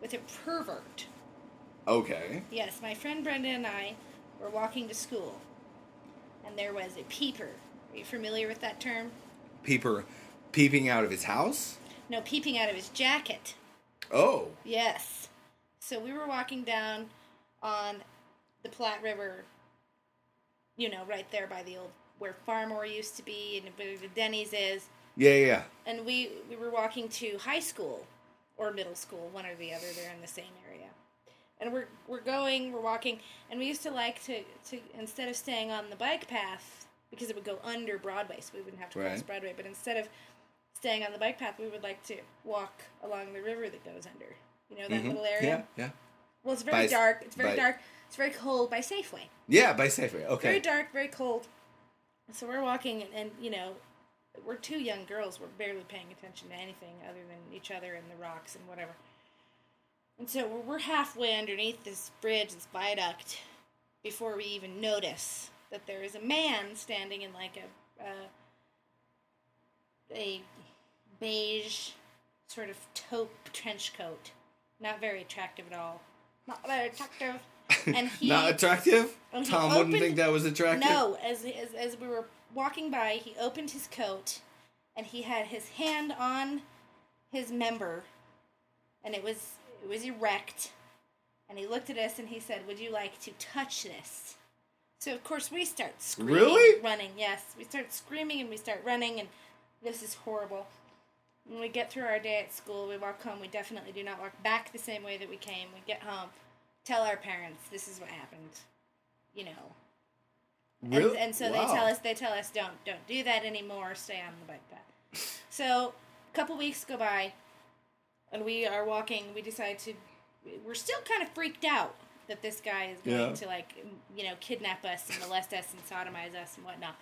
B: with a pervert.
A: okay.
B: Yes, my friend Brenda and I were walking to school, and there was a peeper. Are you familiar with that term?
A: peeper peeping out of his house.
B: No, peeping out of his jacket.
A: Oh,
B: Yes. So we were walking down on the Platte River, you know, right there by the old where Farmore used to be and where the Denny's is.
A: yeah, yeah, yeah.
B: and we we were walking to high school or middle school, one or the other. They're in the same area, and we're we're going, we're walking, and we used to like to to instead of staying on the bike path because it would go under Broadway, so we wouldn't have to cross
A: Right.
B: Broadway. But instead of staying on the bike path, we would like to walk along the river that goes under. You know that
A: Mhm.
B: little area.
A: Yeah, yeah,
B: Well, it's very
A: By-
B: dark. It's very
A: by-
B: dark. It's very cold by Safeway
A: yeah. By Safeway. Okay.
B: very dark, very cold. So we're walking, and, and you know, we're two young girls. We're barely paying attention to anything other than each other and the rocks and whatever. And so we're- we're halfway underneath this bridge, this viaduct, before we even notice that there is a man standing in like a uh, a beige sort of taupe trench coat, not very attractive at all. Not very attractive. And he
A: Not attractive.
B: and he
A: Tom wouldn't
B: opened-
A: think that was attractive.
B: no, as, as as we were walking by, he opened his coat, and he had his hand on his member, and it was it was erect, and he looked at us and he said, "Would you like to touch this?" So of course we start screaming,
A: Really?
B: and running. Yes, we start screaming and we start running, and this is horrible. When we get through our day at school, we walk home. We definitely do not walk back the same way that we came. We get home, tell our parents this is what happened. You know, and,
A: Really?
B: and so
A: Wow.
B: they tell us they tell us don't don't do that anymore. Stay on the bike path. so a couple weeks go by, and we are walking. We decide to. We're still kind of freaked out that this guy is going
A: Yeah.
B: to like you know kidnap us and molest us and sodomize us and whatnot.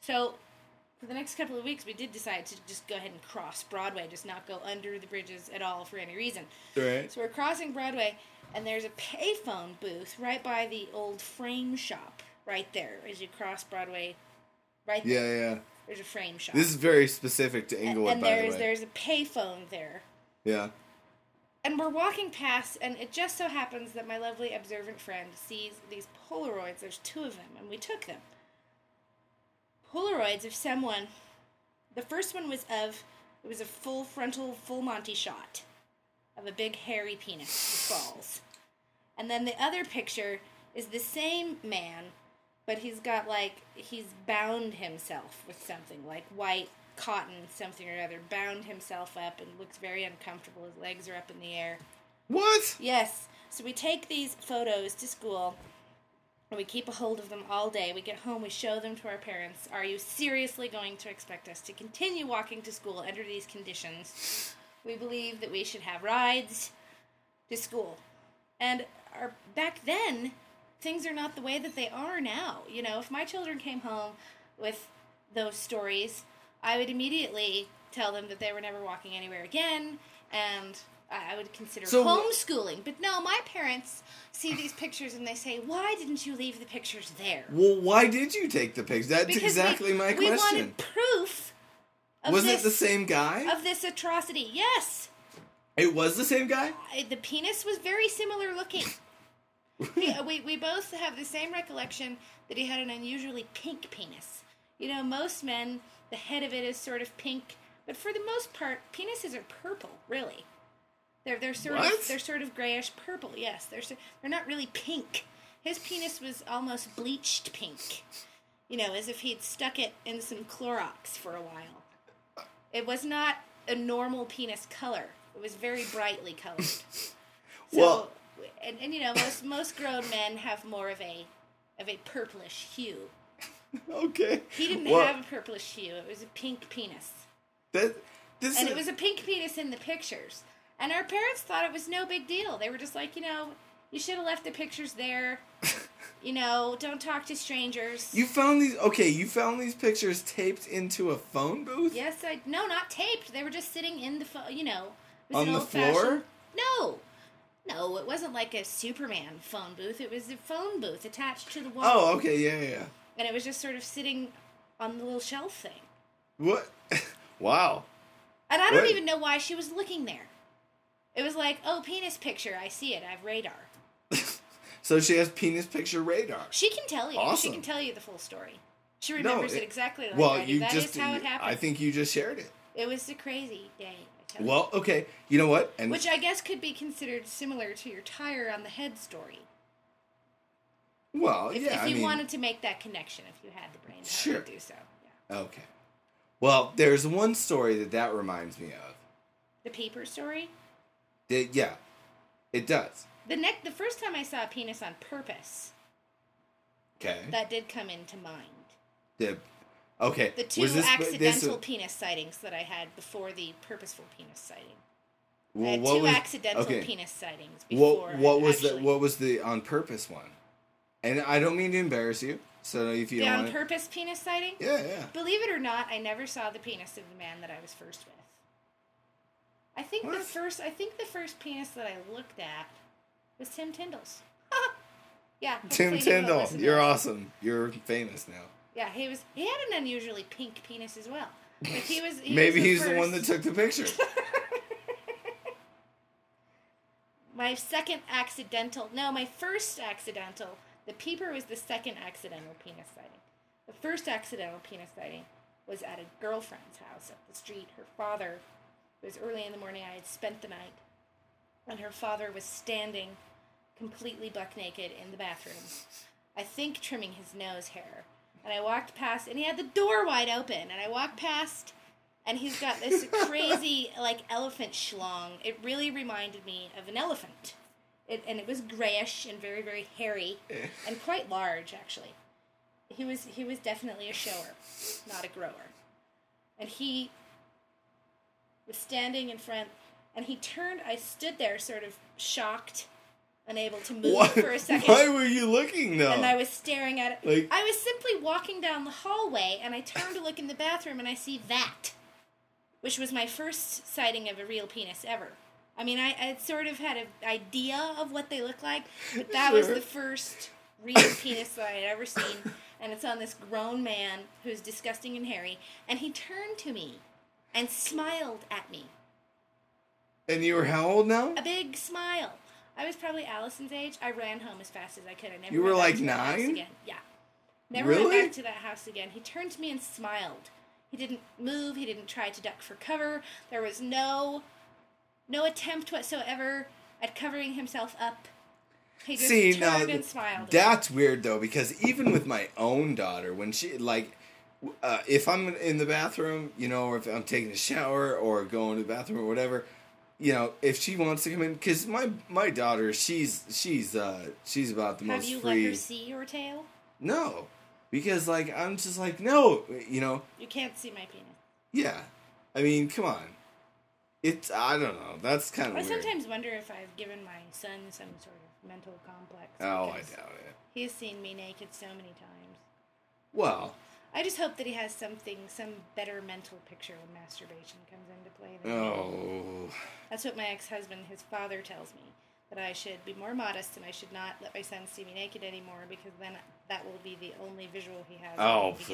B: So for the next couple of weeks, we did decide to just go ahead and cross Broadway, just not go under the bridges at all for any reason.
A: Right.
B: So we're crossing Broadway, and there's a payphone booth right by the old frame shop, right there as you cross Broadway. Right there,
A: Yeah, yeah.
B: there's a frame shop.
A: This is very specific to Inglewood,
B: and
A: by the
B: there's
A: way.
B: there's a payphone there,
A: Yeah.
B: and we're walking past, and it just so happens that my lovely observant friend sees these Polaroids. There's two of them, and we took them. Polaroids of someone. The first one was of it was a full frontal, full Monty shot of a big hairy penis with balls, and then the other picture is the same man, but he's got like he's bound himself with something like white cotton something or other, bound himself up, and looks very uncomfortable. His legs are up in the air.
A: What?
B: Yes. So we take these photos to school and we keep a hold of them all day. We get home, we show them to our parents. Are you seriously going to expect us to continue walking to school under these conditions? We believe that we should have rides to school. And our, back then, things are not the way that they are now. You know, if my children came home with those stories, I would immediately tell them that they were never walking anywhere again and I I would consider
A: So-
B: homeschooling. But no, my parents see these pictures and they say, "Why didn't you leave the pictures there?"
A: Well, why did you take the pics? That's
B: Because
A: exactly
B: we,
A: my
B: we
A: question.
B: wanted proof of
A: Was
B: this
A: it the same guy?
B: of this atrocity. Yes,
A: It was the same guy?
B: I- the penis was very similar looking. He- we, we both have the same recollection that he had an unusually pink penis. You know, most men, the head of it is sort of pink, but for the most part, penises are purple, really. They're, they're sort
A: What?
B: of they're sort of grayish purple. Yes, they're so- they're not really pink. His penis was almost bleached pink, you know, as if he'd stuck it in some Clorox for a while. It was not a normal penis color. It was very brightly colored. So,
A: Well-
B: and, and you know, most most grown men have more of a of a purplish hue.
A: Okay.
B: He didn't
A: Well,
B: have a purplish hue. It was a pink penis,
A: that. This
B: and
A: is,
B: it was a pink penis in the pictures. And our parents thought it was no big deal. They were just like, you know, you should have left the pictures there. You know, don't talk to strangers.
A: You found these. Okay, you found these pictures taped into a phone booth?
B: Yes, I no, not taped. They were just sitting in the fo- you know, it was
A: On
B: an
A: the
B: old fashioned-
A: floor?
B: No, no, it wasn't like a Superman phone booth. It was a phone booth attached to the wall,
A: Oh, okay, yeah, yeah, yeah.
B: and it was just sort of sitting on the little shelf thing.
A: What? wow.
B: And I don't
A: What?
B: even know why she was looking there. It was like, oh, penis picture. I see it. I have radar.
A: So she has penis picture radar.
B: She can tell you.
A: Awesome.
B: She can tell you the full story. She remembers
A: it-
B: it, exactly like
A: well,
B: I do.
A: you
B: That is
A: just.
B: how
A: you-
B: it happened.
A: I think you just shared it.
B: it was a crazy day. I tell you.
A: Well, okay. You know what? And
B: Which I guess could be considered similar to your tire on the head story.
A: well,
B: If,
A: yeah.
B: if
A: I
B: you
A: mean,
B: wanted to make that connection, if you had the brain power
A: Sure.
B: to do so. Yeah.
A: Okay. Well, there's one story that that reminds me of.
B: The paper story.
A: That- yeah, it does.
B: The neck. The first time I saw a penis on purpose,
A: Okay.
B: that did come into mind.
A: The, okay.
B: The two
A: was this- this- uh,
B: accidental penis sightings that I had before the purposeful penis sighting.
A: well,
B: I had
A: what
B: uh, two
A: was-
B: accidental
A: okay.
B: penis sightings before.
A: What what
B: I
A: was
B: actually,
A: the what was the on purpose one? And I don't mean to embarrass you. So if you
B: the
A: don't
B: on
A: wanna-
B: purpose penis sighting?
A: yeah, yeah.
B: Believe it or not, I never saw the penis of the man that I was first with. I think the
A: What?
B: first I think the first penis that I looked at was Tim Tyndall's. yeah.
A: Tim
B: hopefully he won't
A: Tyndall,
B: listen to
A: you're
B: this.
A: awesome. You're famous now.
B: Yeah, he was he had an unusually pink penis as well. But he was he
A: Maybe
B: was
A: he's the one that took
B: first-
A: the picture.
B: My second accidental no, my first accidental the peeper was the second accidental penis sighting. The first accidental penis sighting was at a girlfriend's house up the street. Her father it was early in the morning, I had spent the night, and her father was standing completely buck naked in the bathroom. I think trimming his nose hair. And I walked past, and he had the door wide open. And I walked past, and he's got this crazy, like, elephant schlong. It really reminded me of an elephant. It, and it was grayish and very, very hairy, and quite large, actually. He was he was definitely a shower, not a grower. And he was standing in front, and he turned. I stood there, sort of shocked, unable to move
A: Why,
B: for a second
A: why were you looking though?
B: and I was staring at it.
A: Like-
B: I was simply walking down the hallway, and I turn to look in the bathroom, and I see that, which was my first sighting of a real penis ever. I mean, I, I sort of had an idea of what they look like, but that was
A: Sure.
B: the first real penis that I had ever seen, and it's on this grown man who's disgusting and hairy, and he turned to me and smiled at me.
A: and you were how old now?
B: A big smile. I was probably Allison's age. I ran home as fast as I could. I never
A: You
B: went
A: were,
B: back
A: like,
B: to that house
A: nine?
B: again. Yeah. Never
A: Really?
B: went back to that house again. He turned to me and smiled. He didn't move. He didn't try to duck for cover. There was no, no attempt whatsoever at covering himself up. He just
A: See
B: turned
A: now,
B: and smiled. at me.
A: that's weird though because even with my own daughter, when she like, uh, if I'm in the bathroom, you know, or if I'm taking a shower or going to the bathroom or whatever, you know, if she wants to come in, because my my daughter, she's she's uh she's about the
B: Have
A: most
B: you
A: free.
B: let her see your tail?
A: No, because like I'm just like no, you know,
B: You can't see my penis.
A: yeah. I mean, come on. It's I don't know. That's kind of
B: I
A: weird.
B: sometimes wonder if I've given my son some sort of mental complex.
A: oh, I
B: because
A: doubt it.
B: He's seen me naked so many times.
A: Well,
B: I just hope that he has something, some better mental picture when masturbation comes into play. than-
A: oh,
B: That's what my ex-husband, his father, tells me that I should be more modest and I should not let my son see me naked anymore because then that will be the only visual he has. when
A: oh,
B: he begins to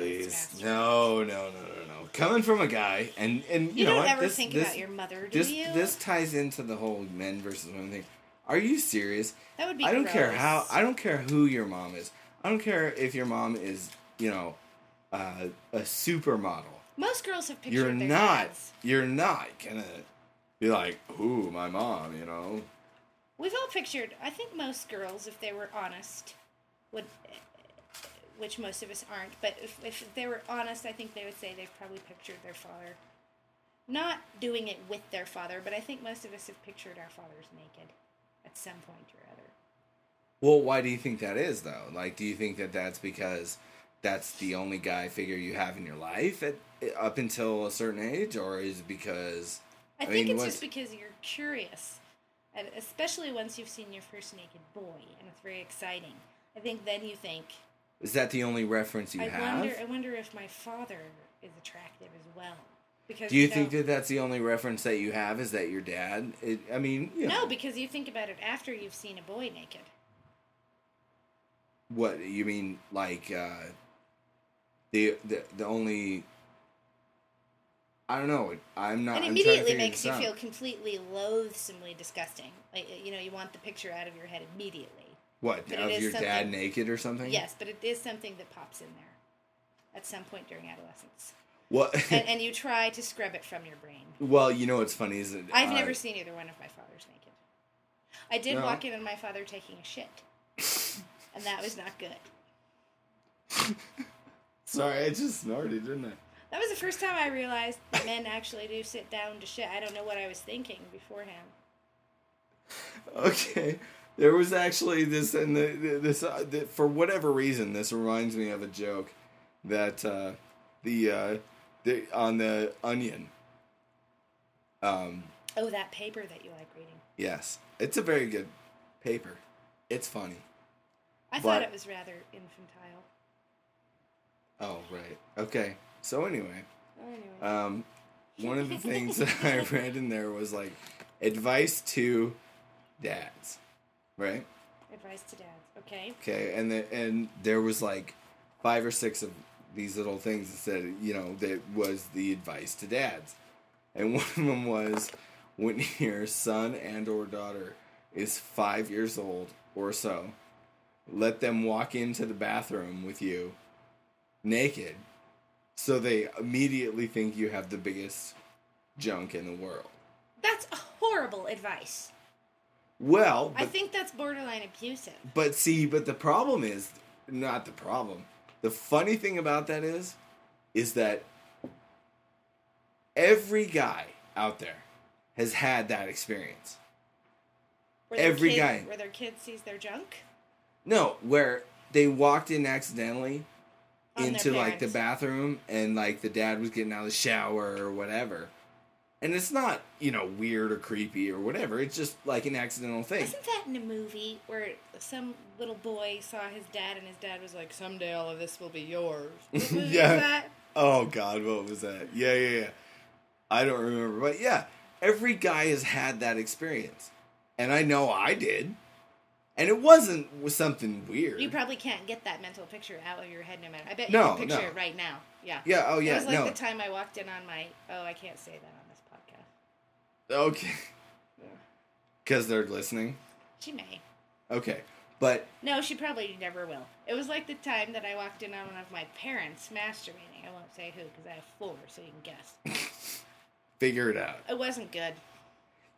A: please,
B: masturbate.
A: no, no, no, no, no. Coming from a guy, and and you,
B: You,
A: know
B: don't
A: what?
B: ever
A: this,
B: think
A: this,
B: about your mother, do
A: this
B: you?
A: this ties into the whole men versus women thing. Are you serious?
B: that would be.
A: I don't care
B: gross.
A: how. I don't care who your mom is. I don't care if your mom is, you know, uh, a supermodel.
B: Most girls have pictures.
A: You're not. You're not gonna be like, ooh, my mom. You know.
B: We've all pictured. I think most girls, if they were honest, would, which most of us aren't, but if, if they were honest, I think they would say they've probably pictured their father, not doing it with their father, but I think most of us have pictured our fathers naked at some point or other.
A: Well, why do you think that is though? Like, do you think that that's because that's the only guy figure you have in your life at up until a certain age, or is it because
B: I,
A: I
B: think
A: mean,
B: it's
A: what-
B: just because you're curious, and especially once you've seen your first naked boy, and it's very exciting. I think then you think,
A: is that the only reference you
B: I
A: have?
B: wonder, I wonder if my father is attractive as well. Because
A: do you
B: know-
A: think that that's the only reference that you have? Is that your dad? It, I mean, you
B: No,
A: know,
B: because you think about it after you've seen a boy naked.
A: what you mean, like uh, the, the the only. I don't know. I'm not. I'm
B: and
A: trying to
B: immediately
A: figure
B: makes
A: this
B: you
A: out.
B: feel completely loathsomely disgusting. Like, you know, you want the picture out of your head immediately.
A: what
B: but it
A: of
B: is
A: your dad
B: something-
A: naked or something.
B: Yes, but it is something that pops in there at some point during adolescence.
A: What?
B: and, and you try to scrub it from your brain.
A: well, you know what's funny is that
B: I've
A: uh,
B: never seen either one of my fathers naked. I did
A: No.
B: walk in on my father taking a shit. and that was not good.
A: Sorry, I just snorted, didn't I?
B: That was the first time I realized that men actually do sit down to shit. I don't know what I was thinking beforehand.
A: Okay. There was actually this, and the, the- this uh, the, for whatever reason, this reminds me of a joke that uh, the, uh, the on the Onion. Um,
B: Oh, that paper that you like reading.
A: yes, it's a very good paper. It's funny.
B: I thought
A: But-
B: it was rather infantile.
A: Oh right. Okay. So anyway,
B: Oh, anyway.
A: um, one of the things that I read in there was like advice to dads, right?
B: Advice to dads. Okay.
A: Okay, and the, and there was like five or six of these little things that said, you know, that was the advice to dads, and one of them was when your son and or daughter is five years old or so, let them walk into the bathroom with you naked, so they immediately think you have the biggest junk in the world.
B: That's horrible advice.
A: Well,
B: I
A: but
B: think that's borderline abusive.
A: But see, but the problem is not the problem. The funny thing about that is, is that every guy out there has had that experience.
B: Where their
A: Every
B: kid,
A: guy.
B: Where their kid sees their junk.
A: No, where they walked in accidentally
B: On their
A: into like the
B: parents.
A: bathroom and like the dad was getting out of the shower or whatever. And it's not, you know, weird or creepy or whatever. It's just like an accidental thing.
B: Isn't that in a movie where some little boy saw his dad and his dad was like, someday all of this will be yours? What movie
A: Yeah.
B: is that?
A: Oh God, what was that? Yeah, yeah, yeah. I don't remember, but yeah, every guy has had that experience, and I know I did, and it wasn't was something weird.
B: You probably can't get that mental picture out of your head no matter. I bet you
A: No,
B: can picture
A: no.
B: it right now. Yeah.
A: yeah. Oh
B: It
A: yeah.
B: was like
A: no.
B: the time I walked in on my. Oh, I can't say that on this podcast.
A: okay.
B: Yeah.
A: Because they're listening.
B: She may.
A: Okay, but
B: No, she probably never will. It was like the time that I walked in on one of my parents masturbating. I won't say who because I have four, so you can guess.
A: figure it out.
B: It wasn't good.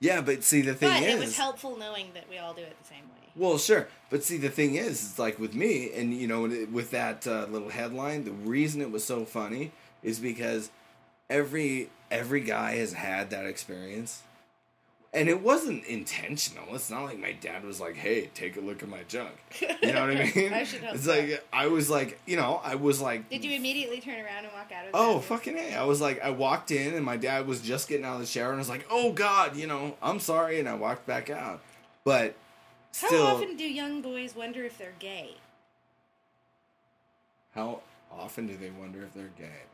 A: Yeah, but see the thing
B: But
A: is
B: it was helpful knowing that we all do it the same way.
A: Well, sure, but see, the thing is, it's like with me, and you know, with that uh, little headline, the reason it was so funny is because every every guy has had that experience, and it wasn't intentional. It's not like my dad was like, "Hey, take a look at my junk." You know what I mean?
B: I should hope
A: it's
B: so.
A: like uh, I was like, you know, I was like,
B: Did you immediately turn around and walk out of the
A: Oh
B: bathroom?
A: fucking a! I was like, I walked in and my dad was just getting out of the shower, and I was like, "Oh God, you know, I'm sorry," and I walked back out, but.
B: How
A: Still,
B: often do young boys wonder if they're gay?
A: How often do they wonder if they're gay?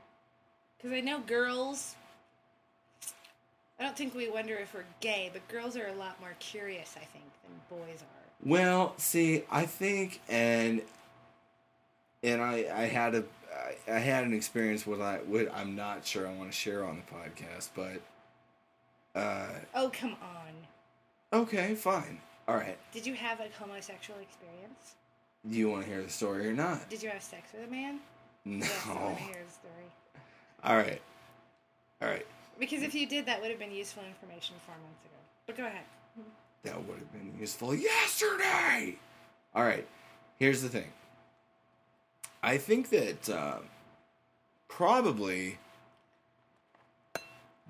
B: Because I know girls. I don't think we wonder if we're gay, but girls are a lot more curious, I think, than boys are.
A: Well, see, I think, and and I I had a I- I had an experience with I with I'm not sure I want to share on the podcast, but uh,
B: Oh, come on.
A: okay, fine, all right.
B: Did you have a homosexual experience?
A: Do you want to hear the story or not?
B: Did you have sex with a man?
A: No.
B: Yes, I want to hear the story.
A: All right, all right.
B: Because if you did, that would have been useful information four months ago. But go ahead.
A: That would have been useful yesterday. All right, here's the thing. I think that uh, probably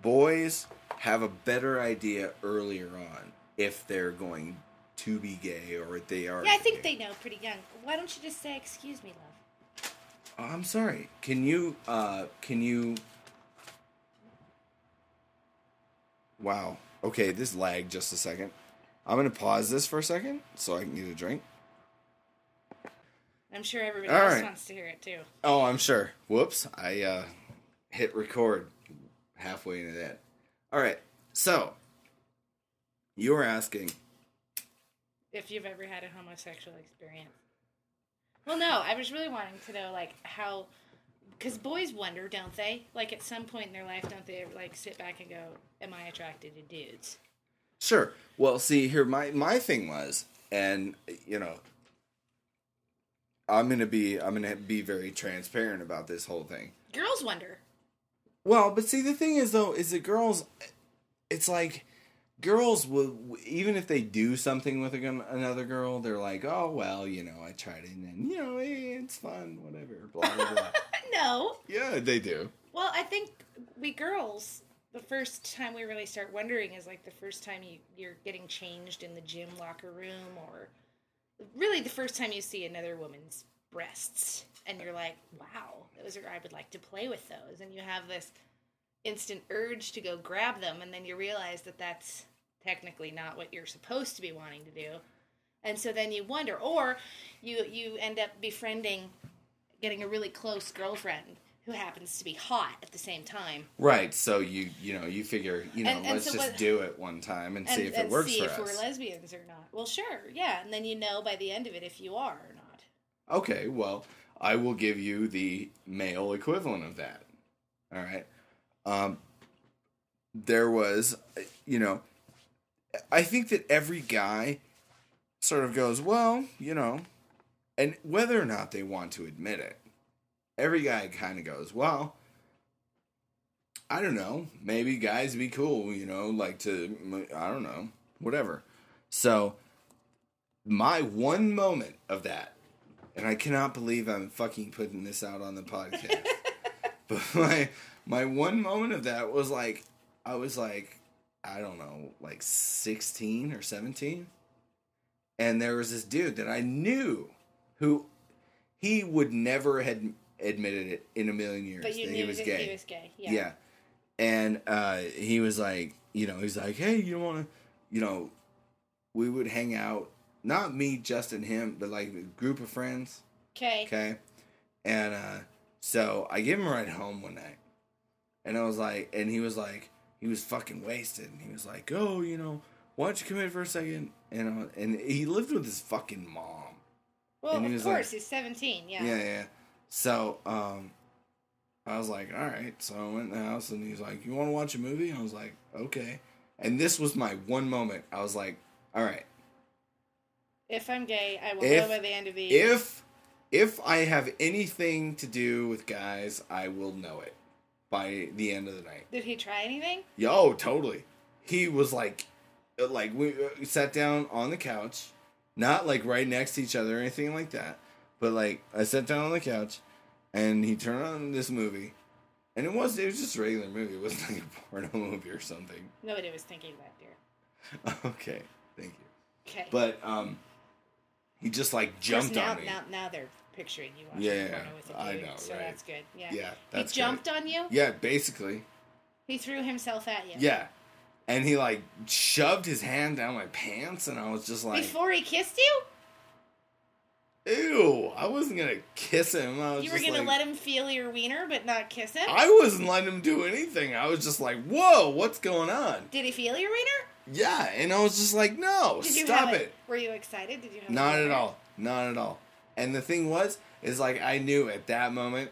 A: boys have a better idea earlier on if they're going to be gay or if they are.
B: Yeah, I think
A: gay.
B: they know pretty young. Why don't you just say, "Excuse me, love"?
A: Oh, I'm sorry. Can you? Uh, can you? Wow. Okay, this lagged just a second. I'm gonna pause this for a second so I can get a drink.
B: I'm sure everybody
A: All
B: else
A: right.
B: wants to hear it too.
A: Oh, I'm sure. Whoops. I uh, hit record halfway into that. All right. So, you were asking.
B: If you've ever had a homosexual experience. Well, no, I was really wanting to know, like, how. Because boys wonder, don't they? Like, at some point in their life, don't they, like, sit back and go, Am I attracted to dudes?
A: Sure. Well, see, here, my, my thing was, and, you know, I'm going to be I'm going to be very transparent about this whole thing.
B: Girls wonder.
A: Well, but see, the thing is though, is that girls, it's like girls will even if they do something with a, gun- another girl, they're like, oh well, you know, I tried it, and then, you know, eh, it's fun, whatever, blah blah blah.
B: No.
A: yeah, they do.
B: Well, I think we girls, the first time we really start wondering is like the first time you, you're getting changed in the gym locker room, or really the first time you see another woman's breasts, and you're like, wow, those are, I would like to play with those. And you have this instant urge to go grab them, and then you realize that that's technically not what you're supposed to be wanting to do. And so then you wonder, or you you end up befriending getting a really close girlfriend who happens to be hot at the same time
A: Right. So you you know you figure you know
B: And- and
A: let's
B: so
A: just
B: what-
A: do it one time and,
B: and,
A: see if
B: and
A: it works
B: see
A: for us.
B: if we're lesbians or not. Well, sure, yeah, and then you know by the end of it if you are or not.
A: Okay, well, I will give you the male equivalent of that. All right. Um, there was, you know, I think that every guy sort of goes, well, you know, and whether or not they want to admit it, every guy kind of goes, well, I don't know, maybe guys be cool, you know, like to, I don't know, whatever. So, my one moment of that and I cannot believe I'm fucking putting this out on the podcast. but my my one moment of that was like I was like I don't know, like 16 or 17. And there was this dude that I knew who he would never had admitted it in a million years
B: But you
A: that
B: knew
A: he was
B: that
A: gay.
B: he was gay. Yeah.
A: Yeah. And uh, he was like, you know, he's like, hey, you want to, you know, we would hang out, not me, just and him, but like a group of friends.
B: Okay.
A: Okay. And uh, so I gave him a ride home one night. And I was like, and he was like, he was fucking wasted. And he was like, oh, you know, why don't you come in for a second? And, uh, and he lived with his fucking mom.
B: Well,
A: And he
B: of
A: was
B: course
A: like-
B: he's seventeen. Yeah.
A: Yeah, yeah. So, um, I was like, all right. So I went in the house and he's like, you want to watch a movie? I was like, okay. And this was my one moment. I was like, all right.
B: If I'm gay, I will
A: If-
B: know by the end of the
A: If if I have anything to do with guys, I will know it by the end of the night.
B: Did he try anything?
A: Yo, totally. oh, He was like like we uh, sat down on the couch, not like right next to each other or anything like that, but like I sat down on the couch, and he turned on this movie, and it was it was just a regular movie. It wasn't like a porno movie or something.
B: Nobody was thinking that, dear.
A: okay, thank you.
B: Okay.
A: But um, he just like
B: Of course,
A: jumped
B: now,
A: on me.
B: Now, now they're picturing you watching
A: Yeah,
B: porno with a dude,
A: I know,
B: so
A: right.
B: that's good. Yeah.
A: Yeah, that's
B: he jumped on you.
A: Yeah, basically.
B: He threw himself at you.
A: Yeah. And he like shoved his hand down my pants, and I was just like,
B: Before he kissed you,
A: "Ew!" I wasn't gonna kiss him. I was
B: you were
A: just
B: gonna
A: like,
B: let him feel your wiener, but not kiss him.
A: I wasn't letting him do anything. I was just like, "Whoa, what's going on?"
B: Did he feel your wiener?
A: Yeah, and I was just like, "No,
B: Did you
A: stop
B: have a-
A: it!"
B: Were you excited? Did you have a
A: Not at
B: boner?
A: all. Not at all. And the thing was, is like I knew at that moment,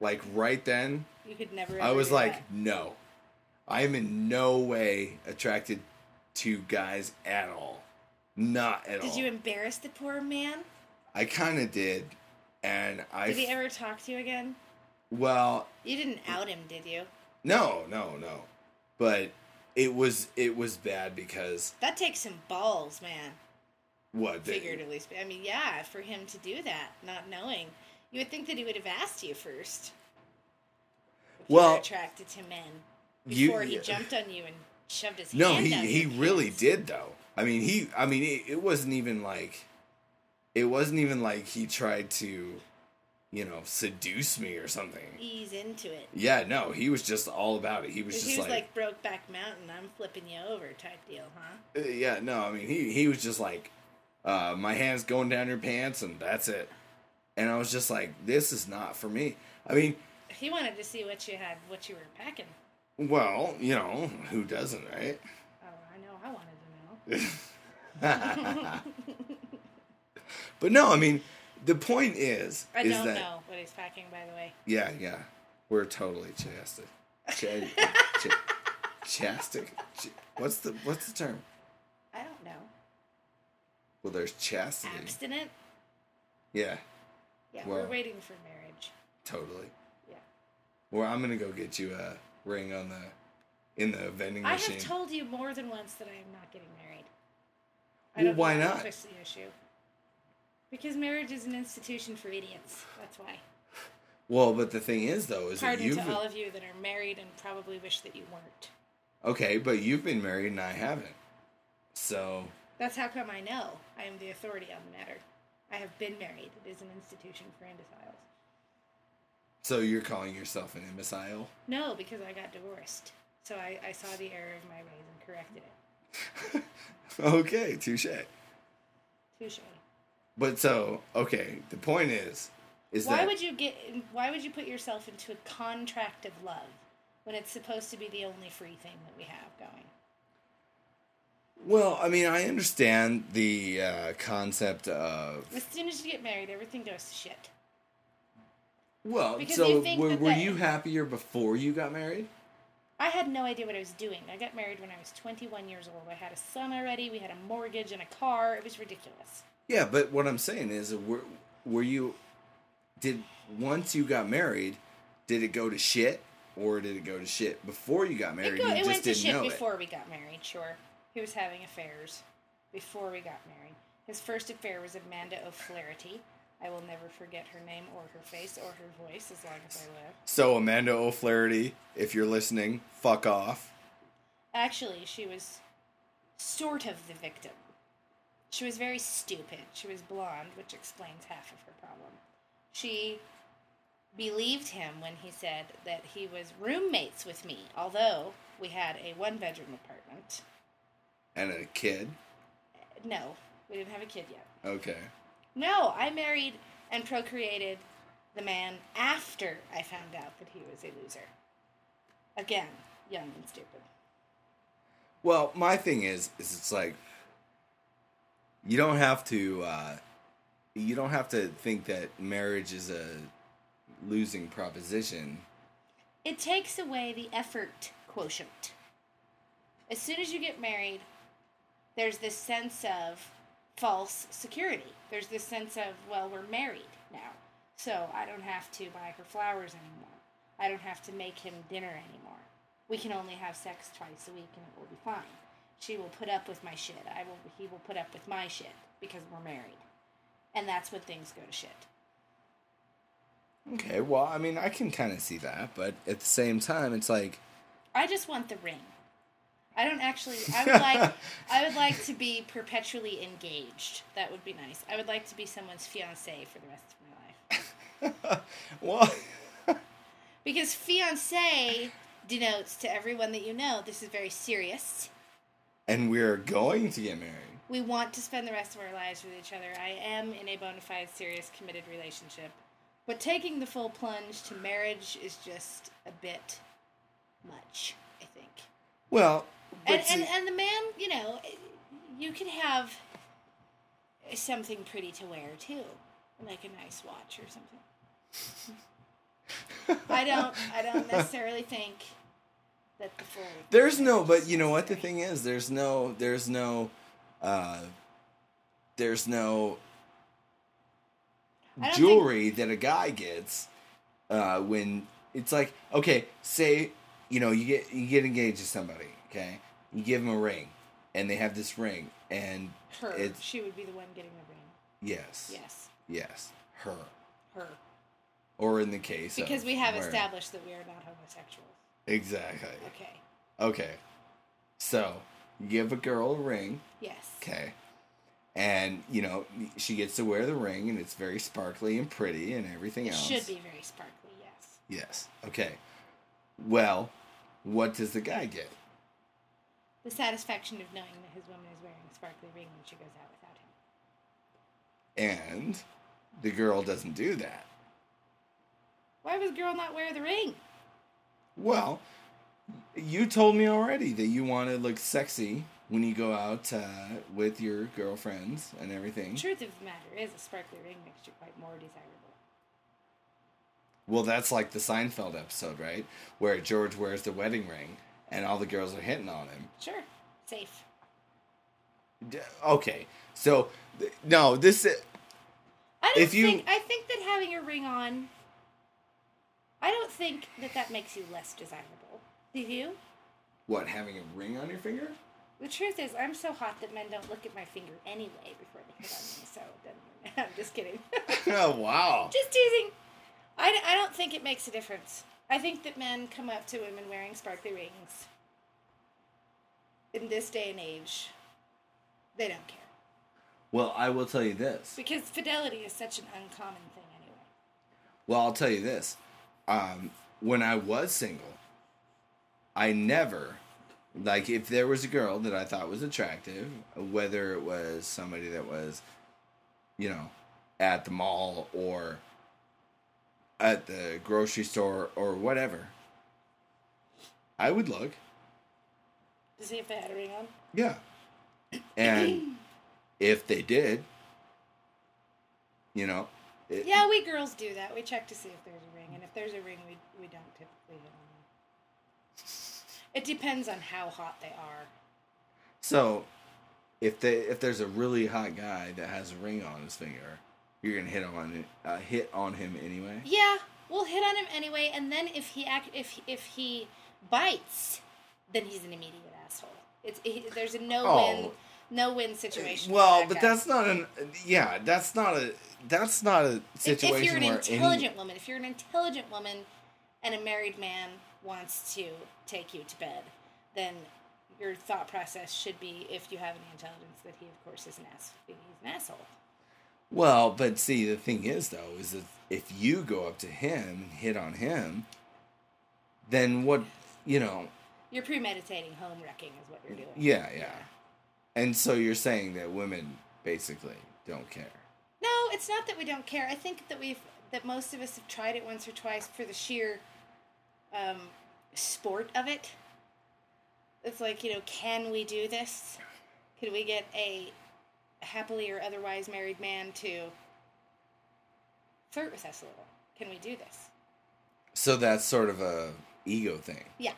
A: like right then,
B: You could never.
A: I
B: ever
A: was
B: do
A: like,
B: that.
A: no, I am in no way attracted to guys at all. Not at
B: Did
A: all.
B: you embarrass the poor man?
A: I kind of did, and I.
B: Did he
A: f-
B: ever talk to you again?
A: well,
B: You didn't out him, did you?
A: no, no, no, but it was it was bad because
B: That takes some balls, man.
A: what the-
B: Figuratively, sp- I mean, yeah, for him to do that, not knowing, you would think that he would have asked you first. If you were
A: Well,
B: attracted to men
A: you-
B: before he jumped on you and shoved his
A: No,
B: hand
A: he
B: down
A: he
B: your
A: really
B: pants.
A: did though. I mean, he I mean, it, it wasn't even like it wasn't even like he tried to, you know, seduce me or something.
B: ease into it.
A: Yeah, no, he was just all about it. He was
B: 'Cause
A: just
B: he was
A: like,
B: like, broke back mountain, I'm flipping you over type deal, huh?
A: Uh, yeah, no, I mean, he he was just like, uh, my hands going down your pants, and that's it. And I was just like, this is not for me. I mean,
B: He wanted to see what you had, what you were packing.
A: well, you know, who doesn't, right?
B: Oh, I know, I wanted to know.
A: But no, I mean, the point is,
B: I
A: is
B: don't
A: that
B: know what he's packing, by the way.
A: yeah, yeah, we're totally chastic, Ch- ch- chastic. Ch- what's the what's the term?
B: I don't know.
A: Well, there's chastity.
B: Abstinent?
A: Yeah,
B: Yeah,
A: Well.
B: we're waiting for marriage.
A: totally.
B: Yeah.
A: Well, I'm gonna go get you a ring on the in the vending
B: I
A: machine.
B: have told you more than once that I am not getting married.
A: Well,
B: know
A: why
B: how to
A: not?
B: Fix the issue. Because marriage is an institution for idiots. That's why.
A: Well, but the thing is, though, is that
B: Pardon
A: you've
B: to all of you that are married and probably wish that you weren't.
A: okay, but you've been married and I haven't. So
B: That's how come I know. I am the authority on the matter. I have been married. It is an institution for imbeciles.
A: so you're calling yourself an imbecile?
B: No, because I got divorced. So I, I saw the error of my ways and corrected it.
A: okay, touche.
B: Touche.
A: But so okay, the point is, is
B: Why
A: that
B: would you get? Why would you put yourself into a contract of love when it's supposed to be the only free thing that we have going?
A: well, I mean, I understand the uh, concept of
B: As soon as you get married, everything goes to shit.
A: well.
B: Because
A: so
B: you think
A: were,
B: that
A: were
B: the-
A: you happier before you got married?
B: I had no idea what I was doing. I got married when I was 21 years old. I had a son already. We had a mortgage and a car. It was ridiculous.
A: Yeah, but what I'm saying is, were were you did once you got married, did it go to shit, or did it go to shit before you got married?
B: It, go,
A: you
B: it
A: just
B: went to
A: didn't
B: shit
A: know it.
B: before we got married. Sure, he was having affairs before we got married. His first affair was Amanda O'Flaherty. I will never forget her name or her face or her voice as long as I live.
A: So Amanda O'Flaherty, if you're listening, fuck off.
B: Actually, she was sort of the victim. She was very stupid. She was blonde, which explains half of her problem. She believed him when he said that he was roommates with me, although we had a one bedroom apartment.
A: And a kid.
B: No, we didn't have a kid yet.
A: Okay.
B: No, I married and procreated the man after I found out that he was a loser. Again, young and stupid.
A: Well, my thing is, is it's like you don't have to, uh, you don't have to think that marriage is a losing proposition.
B: It takes away the effort quotient. As soon as you get married, there's this sense of false security. There's this sense of, well, we're married now, so I don't have to buy her flowers anymore. I don't have to make him dinner anymore. We can only have sex twice a week and it will be fine. she will put up with my shit. I will. He will put up with my shit because we're married, and that's when things go to shit.
A: Okay, well, I mean, I can kind of see that, but at the same time, it's like,
B: I just want the ring. I don't actually. I would like. I would like to be perpetually engaged. That would be nice. I would like to be someone's fiance for the rest of my life
A: well,
B: because fiance denotes to everyone that you know this is very serious.
A: and we're going to get married.
B: We want to spend the rest of our lives with each other. I am in a bona fide, serious, committed relationship. But taking the full plunge to marriage is just a bit much, I think.
A: Well, but
B: And,
A: see-
B: and, and the man, you know, you can have something pretty to wear too, like a nice watch or something. I don't, I don't necessarily think that the full.
A: There's no, but you know what the thing is? There's no, there's no, uh, there's no
B: I don't think-
A: jewelry that a guy gets uh, when it's like, okay, say you know you get you get engaged to somebody, okay, you give them a ring, and they have this ring, and
B: Her,
A: it's
B: she would be the one getting the ring.
A: yes,
B: Yes,
A: yes, her,
B: her.
A: or in the case
B: Because
A: of
B: we have
A: where-
B: established that we are not homosexuals.
A: exactly.
B: Okay.
A: Okay, so you give a girl a ring.
B: Yes.
A: Okay. And, you know, she gets to wear the ring and it's very sparkly and pretty and everything
B: It
A: else.
B: should be very sparkly. Yes.
A: Yes. Okay. Well, what does the guy get?
B: The satisfaction of knowing that his woman is wearing a sparkly ring when she goes out without him.
A: And the girl doesn't do that.
B: Why would a girl not wear the ring?
A: Well, you told me already that you want to look sexy when you go out uh, with your girlfriends and everything.
B: Truth of the matter is, a sparkly ring makes you quite more desirable.
A: Well, that's like the Seinfeld episode, right? Where George wears the wedding ring and all the girls are hitting on him.
B: Sure. Safe.
A: D- Okay. So, th- no, this.
B: I don't
A: If you-
B: think. I think that having a ring on. I don't think that that makes you less desirable. Do you?
A: What, having a ring on your finger?
B: The truth is, I'm so hot that men don't look at my finger anyway before they hit on me. So it doesn't really- I'm just kidding.
A: oh, wow.
B: just teasing. I, I don't think it makes a difference. I think that men come up to women wearing sparkly rings. In this day and age, they don't care
A: Well, I will tell you this.
B: because fidelity is such an uncommon thing anyway.
A: Well, I'll tell you this. Um, when I was single, I never, like, if there was a girl that I thought was attractive, whether it was somebody that was, you know, at the mall or at the grocery store or whatever, I would look.
B: To see if they had a ring on.
A: Yeah. And if they did, you know, it,
B: Yeah, we girls do that. We check to see if there's a ring, and if there's a ring, we we don't typically hit on them. It depends on how hot they are.
A: so if they if there's a really hot guy that has a ring on his finger, you're gonna hit on it, uh, hit on him anyway.
B: Yeah, we'll hit on him anyway, and then if he act if if he bites, then he's an immediate asshole. It's it, there's a no win
A: Oh.
B: no win situation. for
A: Well,
B: that
A: but
B: guy.
A: that's not an yeah, that's not a that's not a
B: If-
A: situation
B: if you're an
A: where
B: intelligent woman, if you're an intelligent woman, and a married man wants to take you to bed, then your thought process should be if you have any intelligence that he of course is an ass he's an asshole.
A: any, well, but see the thing is though is that if you go up to him and hit on him, then what you know
B: You're premeditating home wrecking is what you're doing.
A: Yeah, yeah. And so you're saying that women basically don't care.
B: No, it's not that we don't care. I think that we've that most of us have tried it once or twice for the sheer um, sport of it. It's like you know, can we do this? Could we get a happily or otherwise married man to flirt with us a little? Can we do this?
A: So that's sort of a ego thing.
B: Yeah.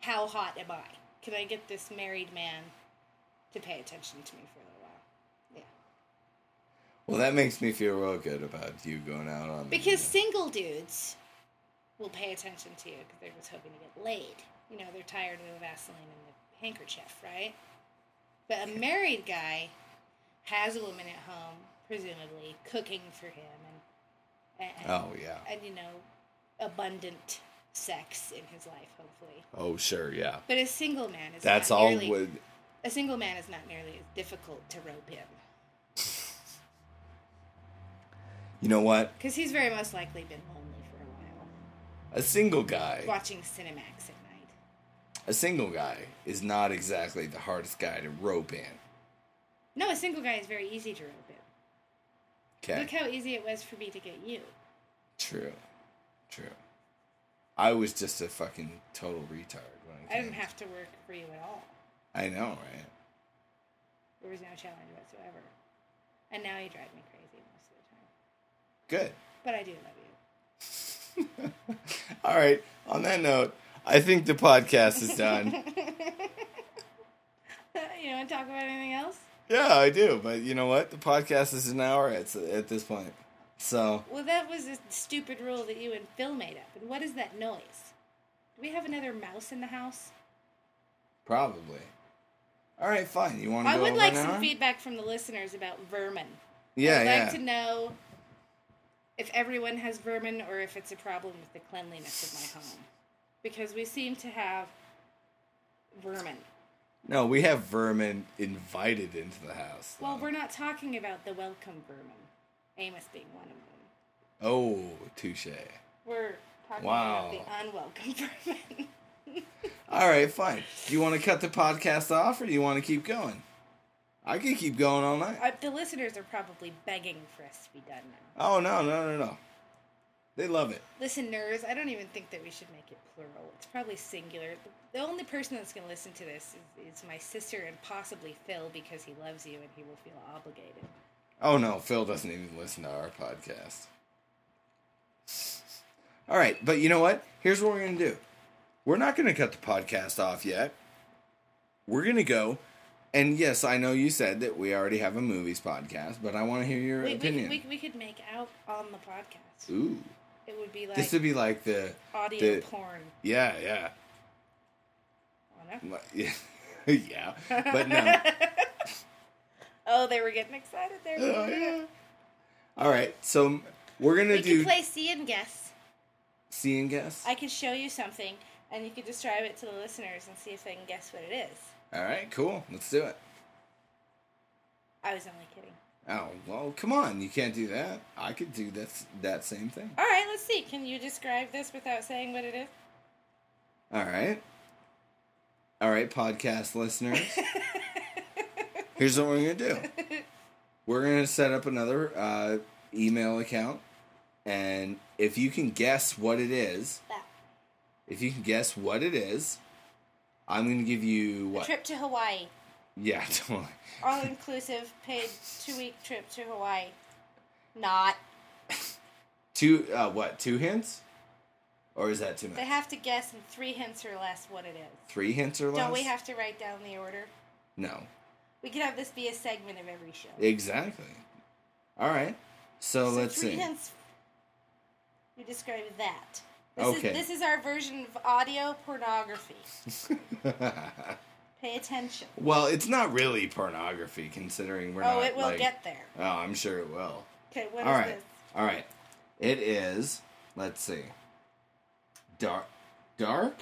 B: How hot am I? Can I get this married man to pay attention to me for a little while? Yeah.
A: Well, that makes me feel real good about you going out on the-
B: Because single dudes will pay attention to you because they're just hoping to get laid. You know, they're tired of the Vaseline and the handkerchief, right? But a married guy has a woman at home, presumably cooking for him, and, and
A: Oh yeah.
B: and you know, abundant sex in his life, hopefully.
A: Oh sure, yeah.
B: But a single man is
A: That's
B: not
A: all.
B: nearly,
A: With,
B: a single man is not nearly as difficult to rope in
A: you know what?
B: because he's very most likely been lonely for a while,
A: A single guy.
B: watching Cinemax at night.
A: A single guy is not exactly the hardest guy to rope in.
B: No, a single guy is very easy to rope in.
A: Okay.
B: Look how easy it was for me to get you.
A: True. True. I was just a fucking total retard when I
B: I
A: came.
B: didn't have to work for you at all.
A: I know, right?
B: There was no challenge whatsoever. And now you drive me crazy most of the time.
A: Good.
B: But I do love you.
A: All right. On that note, I think the podcast is done.
B: you want to talk about anything else?
A: yeah, I do. But you know what? The podcast is an hour at, at this point. So,
B: Well, that was a stupid rule that you and Phil made up. And what is that noise? Do we have another mouse in the house?
A: probably. All right, fine. You want to
B: I
A: go
B: would
A: over
B: like
A: an
B: some
A: hour?
B: feedback from the listeners about vermin.
A: Yeah,
B: I'd
A: yeah.
B: like to know if everyone has vermin or if it's a problem with the cleanliness of my home. Because we seem to have vermin.
A: No, we have vermin invited into the house.
B: Well,
A: though.
B: we're not talking about the welcome vermin, Amos being one of them.
A: Oh, touche.
B: We're talking
A: Wow.
B: about the unwelcome vermin.
A: All right, fine. Do you want to cut the podcast off or do you want to keep going? I can keep going all night.
B: Uh, the listeners are probably begging for us to be done now.
A: Oh, no, no, no, no. They love it.
B: Listeners, I don't even think that we should make it plural. It's probably singular. The only person that's going to listen to this is, is my sister and possibly Phil because he loves you and he will feel obligated.
A: Oh, no, Phil doesn't even listen to our podcast. All right, but you know what? Here's what we're going to do we're not going to cut the podcast off yet. We're going to go. And yes, I know you said that we already have a movies podcast, but I want to hear your
B: We, we,
A: opinion.
B: we, we could make out on the podcast.
A: Ooh.
B: It would be like
A: This would be like the.
B: audio
A: the-
B: porn.
A: Yeah, yeah.
B: I don't know.
A: Like, yeah, yeah, but no.
B: oh, they were getting excited there.
A: Oh, yeah. All right, so we're gonna
B: We
A: do
B: could play see and guess.
A: see and guess.
B: I could show you something, and you could describe it to the listeners and see if they can guess what it is.
A: All right, cool. Let's do it.
B: I was only kidding.
A: Oh well, come on, you can't do that. I could do that that same thing.
B: All right, let's see. Can you describe this without saying what it is?
A: All right, all right, podcast listeners. Here's what we're gonna do. We're gonna set up another uh, email account, and if you can guess what it is,
B: That.
A: if you can guess what it is, I'm gonna give you
B: A
A: what?
B: trip to Hawaii.
A: Yeah, totally.
B: All inclusive, paid two week trip to Hawaii. Not.
A: Two uh, what? Two hints, or is that too much?
B: They have to guess in three hints or less what it is.
A: Three hints or less?
B: Don't we have to write down the order?
A: No,
B: We could have this be a segment of every show.
A: exactly. All right. So,
B: So
A: let's
B: three
A: see.
B: hints. You describe that. This
A: Okay.
B: Is, this is our version of audio pornography. Pay attention.
A: well, it's not really pornography, considering we're not.
B: oh, it will
A: like-
B: get there.
A: Oh, I'm sure it will.
B: Okay, what is
A: All right.
B: this?
A: All right. It is. Let's see. Dark. Dark.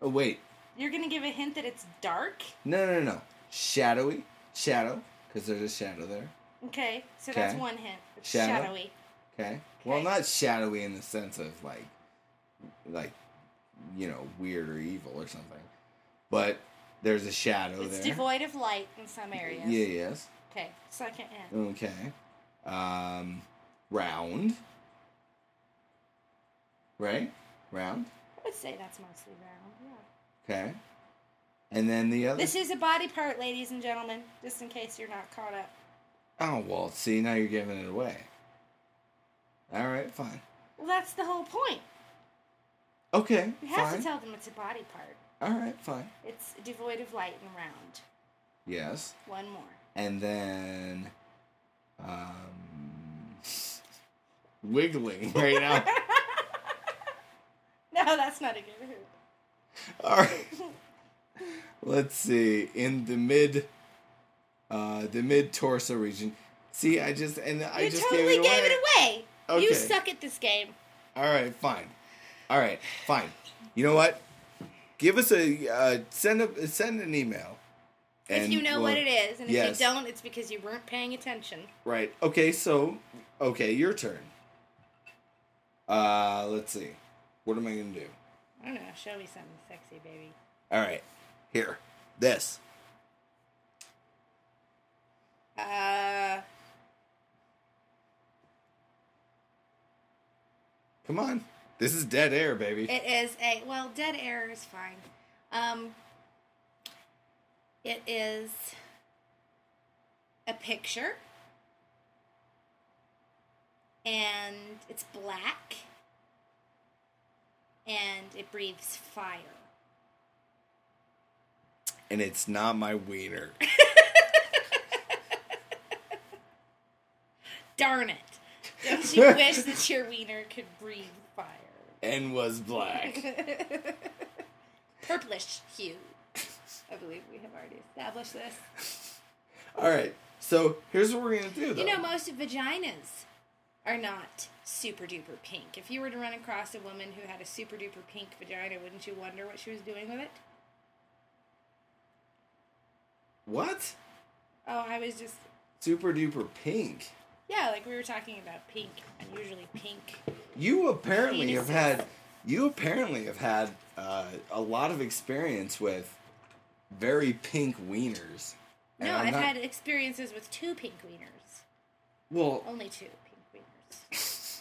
A: Oh wait.
B: You're gonna give a hint that it's dark.
A: No, no, no. Shadowy. Shadow. Because there's a shadow there.
B: Okay, so that's
A: Okay.
B: one hint. It's
A: Shadow?
B: shadowy.
A: Okay. Well,
B: Okay.
A: not shadowy in the sense of like, like, you know, weird or evil or something, but there's a shadow
B: it's
A: there.
B: devoid of light in some areas.
A: Yeah. Yes.
B: Okay, second hint.
A: Okay. Um, round. Right. Round.
B: I would say that's mostly round. Yeah.
A: Okay. And then the other.
B: This is a body part, ladies and gentlemen. Just in case you're not caught up.
A: oh well. See now you're giving it away. All right. Fine.
B: Well, that's the whole point.
A: Okay.
B: You have
A: fine.
B: to tell them it's a body part.
A: All right. Fine.
B: It's devoid of light and round.
A: Yes.
B: One more.
A: and then um, wiggling right now.
B: No, that's not a good hint.
A: All right. Let's see. In the mid, uh, the mid torso region. See, I just and I
B: you
A: just
B: totally
A: gave it away.
B: away.
A: Okay.
B: You suck at this game.
A: All right, fine. All right, fine. You know what? Give us a uh, send a send an email.
B: If you know what
A: we'll-
B: it is, and
A: yes.
B: if you don't, it's because you weren't paying attention.
A: Right. Okay, so okay, your turn. Uh let's see. What am I gonna do?
B: I don't know. Show me something sexy, baby.
A: Alright. Here. This.
B: Uh,
A: Come on. This is dead air, baby.
B: it is a well, dead air is fine. Um, it is a picture, and it's black, and it breathes fire.
A: and it's not my wiener.
B: Darn it! Don't you wish that your wiener could breathe fire?
A: and was black.
B: purplish hue. I believe we have already established this.
A: Alright. So here's what we're gonna do though.
B: You know, most vaginas are not super duper pink. If you were to run across a woman who had a super duper pink vagina, wouldn't you wonder what she was doing with it?
A: what?
B: Oh, I was just
A: Super duper pink.
B: yeah, like we were talking about pink, unusually pink.
A: You apparently have
B: Penises.
A: had you apparently have had uh, a lot of experience with very pink wieners. And
B: No,
A: I'm
B: I've
A: not-
B: had experiences with two pink wieners,
A: well
B: only two pink wieners.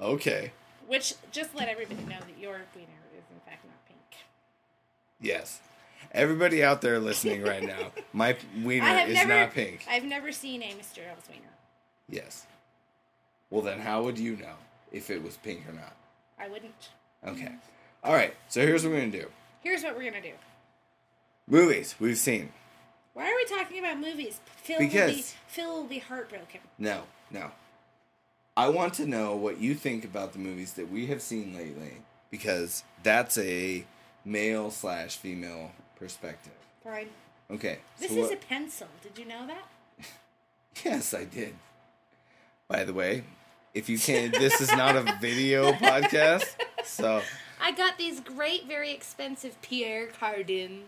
A: okay.
B: Which just let everybody know that your wiener is in fact not pink.
A: Yes. Everybody out there listening right now, my wiener
B: I have
A: is
B: never,
A: not pink.
B: I've never seen a Mr. Earl's wiener.
A: yes. Well, then how would you know if it was pink or not?
B: I wouldn't.
A: Okay. All right. So here's what we're gonna do.
B: Here's what we're gonna do.
A: Movies we've seen.
B: Why are we talking about movies? Phil will be
A: Because-
B: Phil will be heartbroken.
A: No, no. I want to know what you think about the movies that we have seen lately because that's a male slash female perspective.
B: Fine.
A: Okay.
B: This
A: so
B: is
A: what-
B: a pencil. Did you know that?
A: Yes, I did. By the way, if you can't, this is not a video podcast. So,
B: I got these great, very expensive Pierre Cardin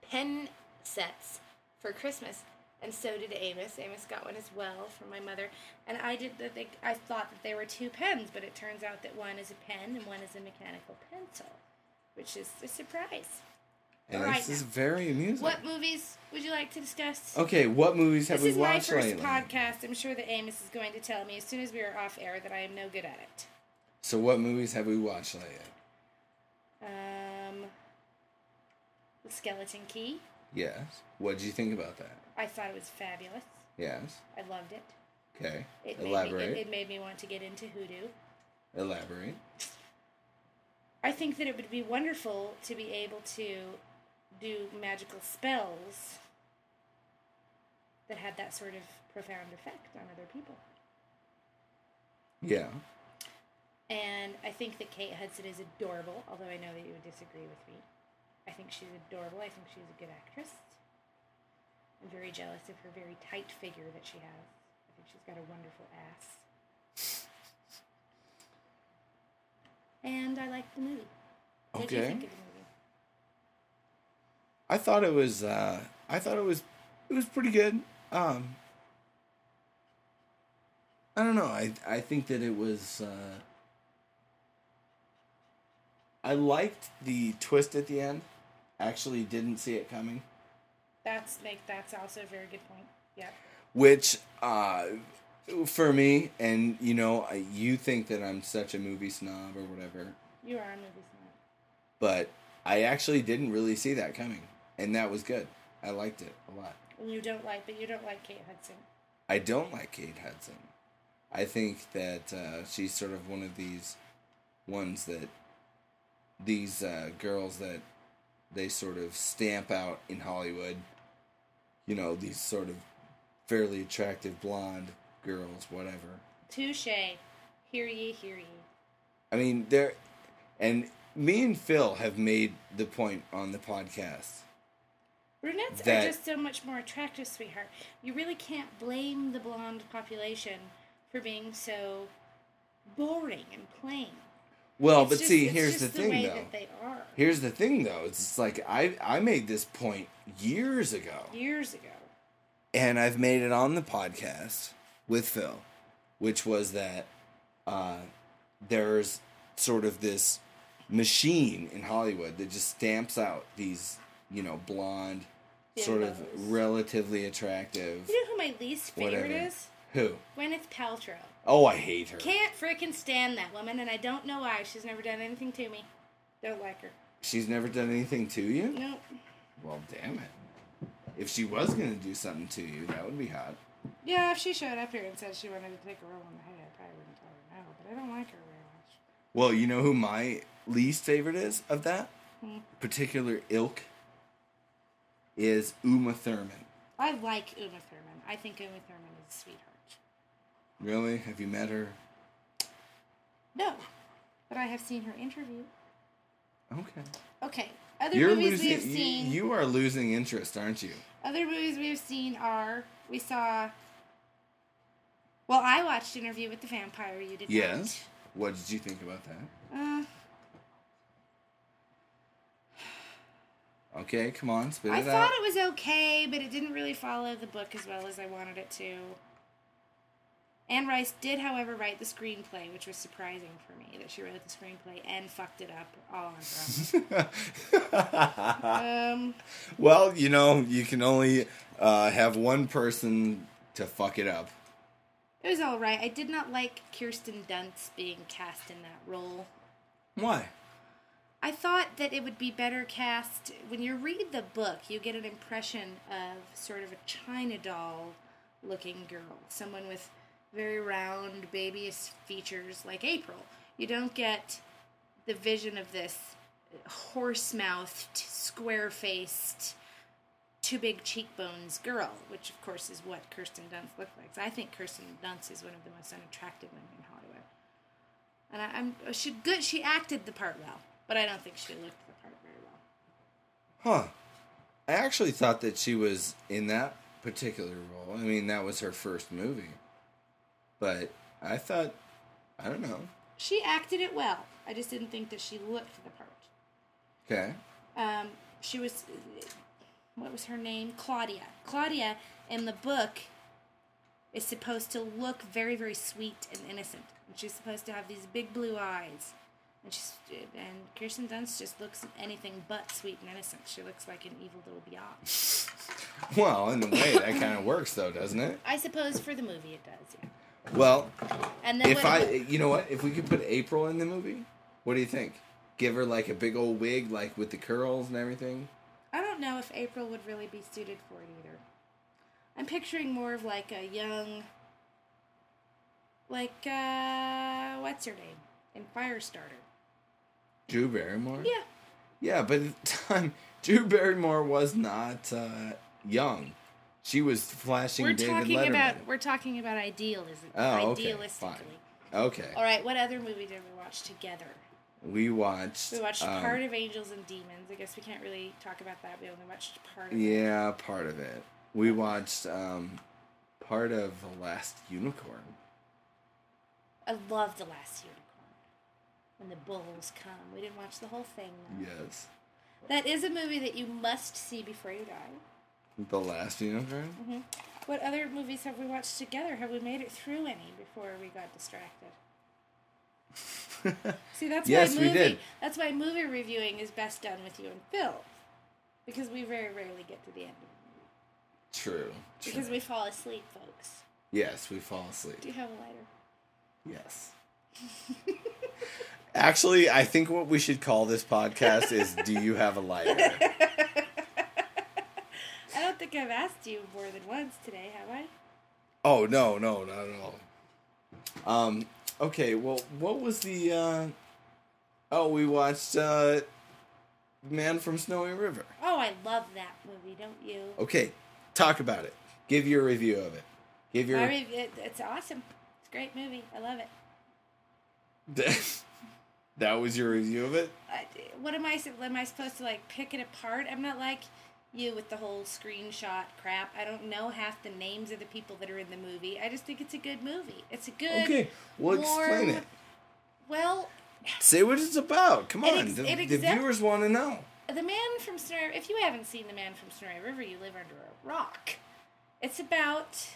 B: pen sets for Christmas, and so did Amos. Amos got one as well from my mother, and I did. The thing, I thought that they were two pens, but it turns out that one is a pen and one is a mechanical pencil, which is a surprise.
A: and
B: All right
A: this is
B: now.
A: very amusing.
B: What movies would you like to discuss?
A: Okay, what movies have
B: This is
A: we
B: my
A: watched
B: first
A: lately?
B: podcast. I'm sure that Amos is going to tell me as soon as we are off air that I am no good at it.
A: So, what movies have we watched lately?
B: Um, the Skeleton Key.
A: Yes. What did you think about that?
B: I thought it was fabulous.
A: Yes.
B: I loved it.
A: Okay.
B: It made
A: Elaborate.
B: Me, it, it made me want to get into hoodoo.
A: Elaborate.
B: I think that it would be wonderful to be able to do magical spells that had that sort of profound effect on other people.
A: Yeah.
B: And I think that Kate Hudson is adorable, although I know that you would disagree with me. I think she's adorable. I think she's a good actress. I'm very jealous of her very tight figure that she has. I think she's got a wonderful ass. And I like the movie. What do you
A: Okay.
B: think of the movie?
A: I thought it was uh I thought it was it was pretty good. Um I don't know. I I think that it was uh I liked the twist at the end. Actually didn't see it coming,
B: That's make that's also a very good point. Yeah.
A: which uh for me and you know, I, you think that I'm such a movie snob or whatever,
B: You are a movie snob.
A: but I actually didn't really see that coming and that was good. I liked it a lot.
B: And you don't like but you don't like Kate Hudson.
A: I don't like Kate Hudson. I think that uh, she's sort of one of these ones that these uh, girls that they sort of stamp out in Hollywood. You know, these sort of fairly attractive blonde girls, whatever.
B: Touche. Hear ye, hear ye.
A: I mean, there, and me and Phil have made the point on the podcast
B: Brunettes
A: That-
B: are just so much more attractive, sweetheart. You really can't blame the blonde population for being so boring and plain.
A: Well,
B: It's
A: Oh, but
B: just-
A: see,
B: it's
A: here's
B: just
A: the thing
B: way
A: though.
B: that they are
A: Here's the thing though. It's just like I I made this point years ago.
B: years ago.
A: and I've made it on the podcast with Phil, which was that uh, there's sort of this machine in Hollywood that just stamps out these, you know, blonde, sort of
B: Bimbos.
A: relatively attractive.
B: You know who my least favorite
A: Whatever.
B: is?
A: Who?
B: Gwyneth Paltrow.
A: Oh, I hate her.
B: Can't freaking stand that woman, and I don't know why. She's never done anything to me. Don't like her.
A: She's never done anything to you?
B: Nope.
A: Well, damn it. If she was going to do something to you, that would be hot.
B: Yeah, if she showed up here and said she wanted to take a roll on the head, I probably wouldn't tell her no, but I don't like her very much.
A: Well, you know who my least favorite is of that
B: Hmm.
A: particular ilk is Uma Thurman.
B: I like Uma Thurman. I think Uma Thurman is a sweetheart.
A: Really? Have you met her?
B: No, but I have seen her interview.
A: Okay.
B: Okay, other movies we have
A: you-
B: seen.
A: You, are losing interest, aren't you?
B: Other movies we have seen are we saw. Well, I watched Interview with the Vampire. You did
A: Yes. What did you think about that?
B: not. Uh,
A: Okay, come on, spit
B: I
A: it
B: thought
A: out.
B: it was okay, but it didn't really follow the book as well as I wanted it to. Anne Rice did, however, write the screenplay, which was surprising for me that she wrote the screenplay and fucked it up all on her own. um,
A: well, you know, you can only uh, have one person to fuck it up.
B: it was all right. I did not like Kirsten Dunst being cast in that role.
A: Why?
B: I thought that it would be better cast when you read the book, you get an impression of sort of a China doll looking girl, someone with very round, babyish features like April. You don't get the vision of this horse mouthed, square faced, two big cheekbones girl, which of course is what Kirsten Dunst looked like. So I think Kirsten Dunst is one of the most unattractive women in Hollywood. And I, I'm oh, she good. She acted the part well, but I don't think she looked the part very well.
A: Huh. I actually thought that she was in that particular role. I mean, that was her first movie. But I thought, I don't know.
B: She acted it well. I just didn't think that she looked the part.
A: Okay.
B: Um, she was, what was her name? Claudia. Claudia in the book is supposed to look very, very sweet and innocent. And she's supposed to have these big blue eyes. And she's and Kirsten Dunst just looks anything but sweet and innocent. She looks like an evil little biatch.
A: Well, in a way, that kind of works, though, doesn't it?
B: I suppose for the movie it does, yeah.
A: Well,
B: And then
A: if
B: what-
A: I, you know what, if we could put April in the movie, what do you think? Give her like a big old wig, like with the curls and everything.
B: I don't know if April would really be suited for it either. I'm picturing more of like a young, like uh, what's her name in Firestarter?
A: Drew Barrymore.
B: Yeah,
A: Yeah, but at the time, Drew Barrymore was not uh, young. She was flashing.
B: we're
A: David
B: talking
A: Letterman.
B: about we're talking about idealism,
A: Oh, okay,
B: idealistically.
A: fine. Okay.
B: All right, what other movie did we watch together?
A: We watched.
B: We watched
A: um,
B: part of Angels and Demons. I guess we can't really talk about that. We only watched part of it.
A: Yeah, part of it. We watched um, part of The Last Unicorn.
B: I love The Last Unicorn. When the bulls come. We didn't watch the whole thing though.
A: Yes.
B: That is a movie that you must see before you die.
A: The Last Unicorn.
B: What other movies have we watched together? Have we made it through any before we got distracted? See, that's
A: Yes,
B: why
A: we
B: movie.
A: did.
B: That's why movie reviewing is best done with you and Phil, because we very rarely get to the end of
A: True.
B: it because
A: true.
B: we fall asleep, folks.
A: Yes, we fall asleep.
B: Do you have a lighter?
A: Yes. Actually, I think what we should call this podcast is Do You Have a Lighter?
B: I don't think I've asked you more than once today, have I?
A: Oh, no, no, not at all. Um, okay, well, what was the. Uh... Oh, we watched uh, Man from Snowy River.
B: Oh, I love that movie, don't you?
A: Okay, talk about it. Give your review of it. Give your.
B: My rev- it, it's awesome. It's a great movie. I love it.
A: that was your review of it?
B: uh, I- what am I? su- Am I supposed to like pick it apart? I'm not like you with the whole screenshot crap. I don't know half the names of the people that are in the movie. I just think it's a good movie. It's a good.
D: Okay.
A: We'll explain
B: warm-
A: it.
B: Well,
A: Say what it's about. Come
B: It
A: on.
B: ex-
A: the,
B: it
A: the
B: exact-
A: viewers want to know.
B: The Man from Snowy if you haven't seen The Man from Snowy River, you live under a rock. It's about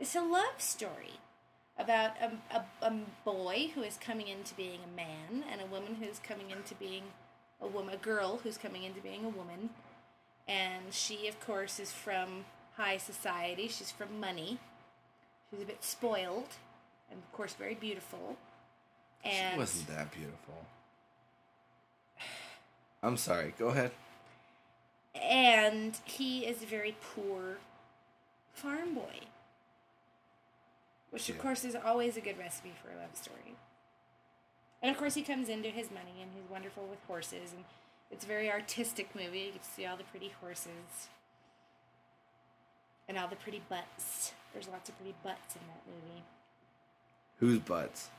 B: it's a love story about a, a, a boy who is coming into being a man and a woman who's coming into being a woman, a girl who's coming into being a woman. And she, of course, is from high society. She's from money. She's a bit spoiled and, of course, very beautiful. And
A: She wasn't that beautiful. I'm sorry. Go ahead.
B: and he is a very poor farm boy, which of
A: Yeah.
B: course is always a good recipe for a love story. And of course, he comes into his money, and he's wonderful with horses, and it's a very artistic movie. You get to see all the pretty horses and all the pretty butts. There's lots of pretty butts in that movie.
A: Whose butts?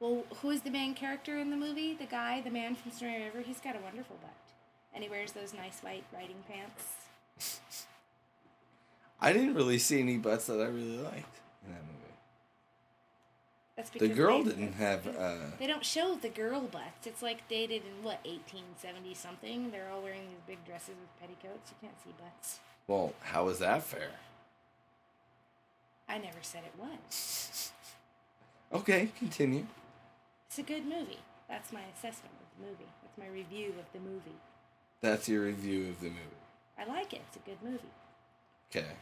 B: Well, who is the main character in the movie? The guy, the man from Snowy River. He's got a wonderful butt, and he wears those nice white riding pants.
A: I didn't really see any butts that I really liked in that movie.
B: That's
A: The
B: because
A: girl
B: they-
A: didn't have. Uh,
B: They don't show the girl butts. It's like dated in what 1870 something. They're all wearing these big dresses with petticoats. You can't see butts.
A: well, how is that fair?
B: I never said it was.
A: Okay, continue.
B: It's a good movie. That's my assessment of the movie. That's my review of the movie.
A: That's your review of the movie.
B: I like it. It's a good movie.
A: Okay.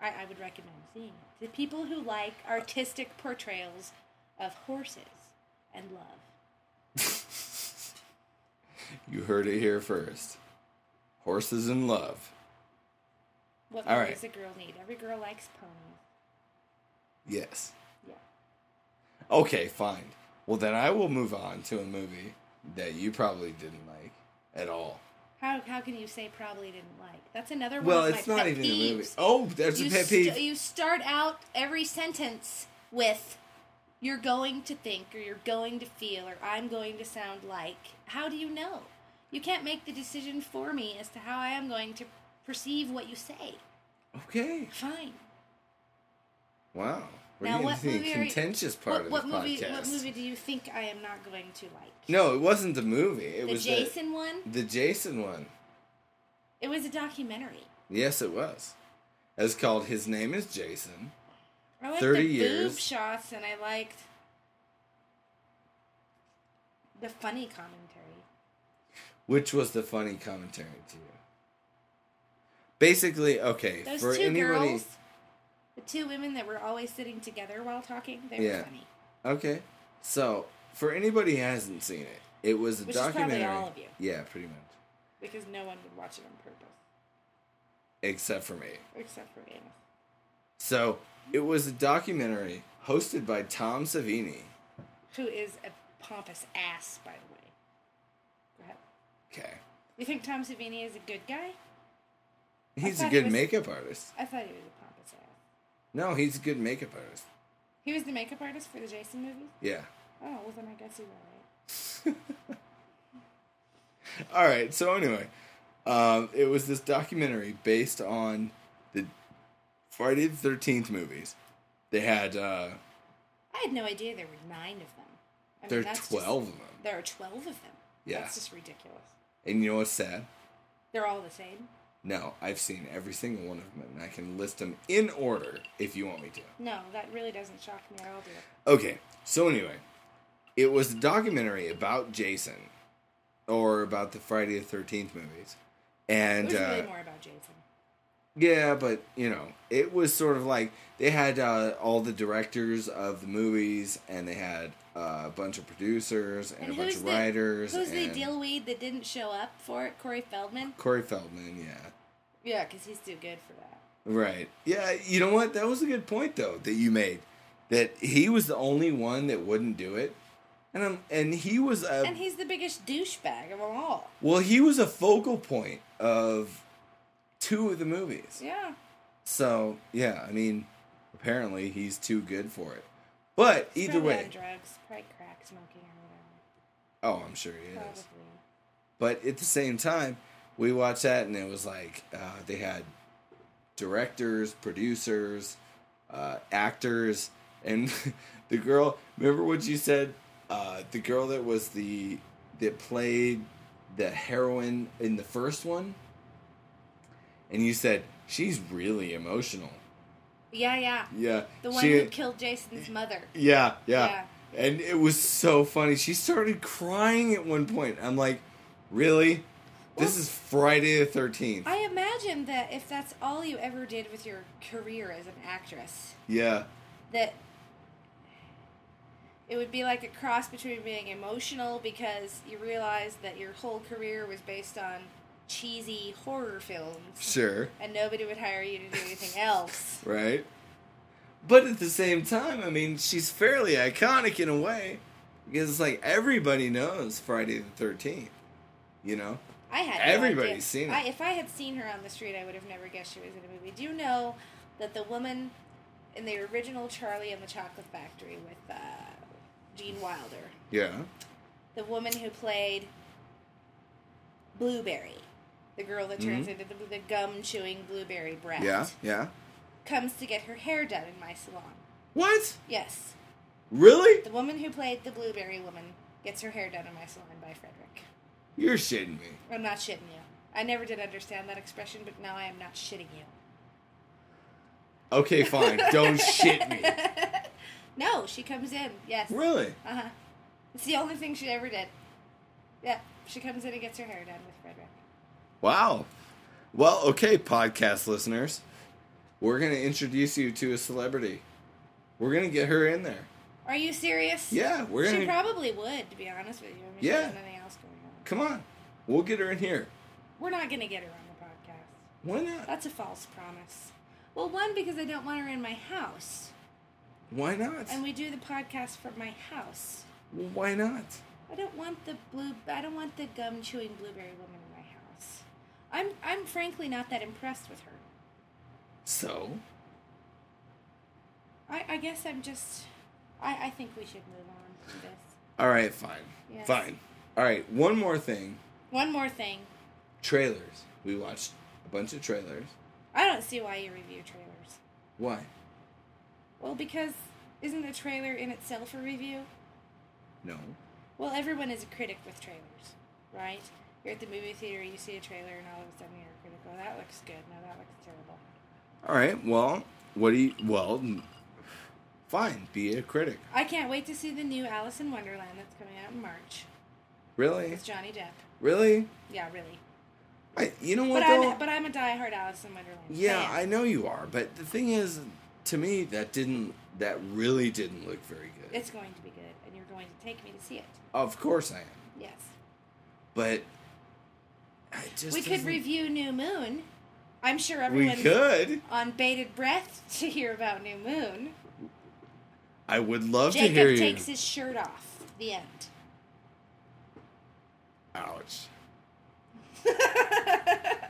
B: I, I would recommend seeing it. To people who like artistic portrayals of horses and love.
A: You heard it here first. Horses in love.
B: What
A: All
B: more
A: right.
B: does a girl need? Every girl likes ponies.
A: Yes.
B: Yeah.
A: Okay, fine. Well, then I will move on to a movie that you probably didn't like at all.
B: How, how can you say probably didn't like? That's another one
A: Well,
B: of my
A: it's not
B: pet
A: even a movie.
B: peeves.
A: Oh, there's
B: you,
A: a pet
B: st-
A: peeve.
B: you start out every sentence with you're going to think or you're going to feel or i'm going to sound like how do you know you can't make the decision for me as to how i am going to perceive what you say
A: okay.
B: fine
A: Wow. We're
B: now
A: getting
B: what
A: to the
B: movie are you-
A: contentious part
B: what, what
A: of the
B: movie
A: podcast.
B: what movie do you think i am not going to like
A: No, it wasn't the movie. It
B: the
A: was
B: jason one
A: The, the Jason one.
B: it was a documentary
A: Yes, it was. It's called His Name is Jason.
B: I liked
A: 30
B: the
A: years.
B: boob shots and I liked the funny commentary.
A: Which was the funny commentary to you? Basically, okay,
B: Those
A: for
B: two
A: anybody
B: girls, the two women that were always sitting together while talking, they
A: Yeah.
B: were funny.
A: Okay. So, for anybody who hasn't seen it, it was a
B: Which is probably
A: documentary.
B: all of you.
A: Yeah, pretty much.
B: Because no one would watch it on purpose,
A: Except for me.
B: except for Anna.
A: So, it was a documentary hosted by Tom Savini.
B: Who is a pompous ass, by the way. Go ahead.
A: Okay.
B: You think Tom Savini is a good guy?
A: He's a
B: thought he
A: good
B: was-
A: makeup artist.
B: I thought he was a pompous ass.
A: No, he's a good makeup artist.
B: He was the makeup artist for the Jason movies?
A: Yeah.
B: Oh, well then I guess he was right.
A: All right. So anyway, um, it was this documentary based on the Friday the Thirteenth movies. They had uh,
B: I had no idea there were nine of them. I mean,
A: there are
B: that's just-
A: twelve of them,
B: There are 12 of them.
A: Yeah.
B: That's just ridiculous.
A: and you know what's sad?
B: They're all the same?
A: No, I've seen every single one of them, and I can list them in order if you want me to.
B: No, that really doesn't shock me at all, dear.
A: Okay, so anyway, it was a documentary about Jason, or about the Friday the Thirteenth movies, and
B: It was really
A: uh,
B: more about Jason.
A: Yeah, but you know, it was sort of like they had uh, all the directors of the movies, and they had uh, a bunch of producers and, a bunch of writers.
B: The, who's
A: and
B: the dillweed that didn't show up for it? Corey Feldman?
A: Corey Feldman, yeah,
B: Yeah, because he's too good for that.
A: right, yeah. You know what? That was a good point though that you made. That he was the only one that wouldn't do it, and um, and he was a
B: And he's the biggest douchebag of them all.
A: well, he was a focal point of two of the movies.
B: Yeah.
A: So yeah, I mean, apparently he's too good for it. But either
B: Probably
A: way,
B: on drugs, probably crack smoking or whatever.
A: Oh, I'm sure he is.
B: Probably.
A: But at the same time, we watched that and it was like uh, they had directors, producers, uh, actors, and the girl. Remember what you said? Uh, the girl that was the that played the heroine in the first one, and you said she's really emotional.
B: Yeah, yeah.
A: Yeah,
B: The one
A: she-
B: who killed Jason's mother.
A: yeah, yeah,
B: Yeah.
A: And it was so funny. She started crying at one point. I'm like, really? This
B: Well-
A: is Friday the 13th.
B: I imagine that if that's all you ever did with your career as an actress,
A: yeah,
B: that it would be like a cross between being emotional because you realize that your whole career was based on cheesy horror films
A: sure.
B: and nobody would hire you to do anything else.
A: Right? But at the same time, I mean, she's fairly iconic in a way. Because it's like everybody knows Friday the 13th. You know?
B: I had no
A: Everybody's
B: idea.
A: seen it.
B: I, if I had seen her on the street, I would have never guessed she was in a movie. Do you know that the woman in the original Charlie and the Chocolate Factory with uh, Gene Wilder,
A: Yeah.
B: the woman who played Blueberry, the girl that turns into the, the gum chewing blueberry brat,
A: Mm-hmm. Yeah. Yeah.
B: comes to get her hair done in my salon?
A: What?
B: Yes,
A: Really?
B: the woman who played the blueberry woman gets her hair done in my salon by Frederick.
A: You're shitting me.
B: I'm not shitting you. I never did understand that expression, but now I am not shitting you.
A: Okay, fine. Don't shit me.
B: No, she comes in. Yes.
A: Really?
B: Uh huh. It's the only thing she ever did. Yeah, she comes in and gets her hair done with Frederick.
A: Wow. Well, okay, podcast listeners. We're going to introduce you to a celebrity. We're going to get her in there.
B: Are you serious?
A: Yeah, we're
B: She
A: gonna-
B: probably would, to be honest with you. I mean, she
A: Yeah.
B: doesn't have anything else going on.
A: Come on. We'll get her in here.
B: We're not gonna get her on the podcast.
A: Why not?
B: That's a false promise. Well, one because I don't want her in my house,
A: Why not?
B: and we do the podcast from my house.
A: Why not?
B: I don't want the blue. I don't want the gum chewing blueberry woman in my house. I'm I'm frankly not that impressed with her.
A: So?
B: I, I guess I'm just. I, I think we should move on from this.
A: All right, fine.
B: Yes.
A: Fine. All right, one more thing.
B: One more thing.
A: Trailers. We watched a bunch of trailers.
B: I don't see why you review trailers.
A: Why?
B: Well, because isn't a trailer in itself a review?
A: No.
B: Well, everyone is a critic with trailers, right? You're at the movie theater, you see a trailer, and all of a sudden you're a critic. Oh, that looks good. No, that looks terrible.
A: All right, well, what do you. Well, n- fine. Be a critic.
B: I can't wait to see the new Alice in Wonderland that's coming out in March.
A: Really?
B: It's Johnny Depp.
A: Really?
B: Yeah, really.
A: I, you know what,
B: But
A: though?
B: I'm but I'm a diehard Alice in Wonderland.
A: yeah, I
B: fan.
A: know you are, but the thing is, to me, that didn't. That really didn't look very good.
B: It's going to be good, and you're going to take me to see it.
A: Of course I am.
B: Yes.
A: But. I just.
B: we could
A: doesn't-
B: review New Moon. I'm sure
A: We
B: everyone's
A: could.
B: on bated breath to hear about New Moon.
A: I would love to hear
B: Jacob
A: you.
B: takes his shirt off. The end.
A: Ouch.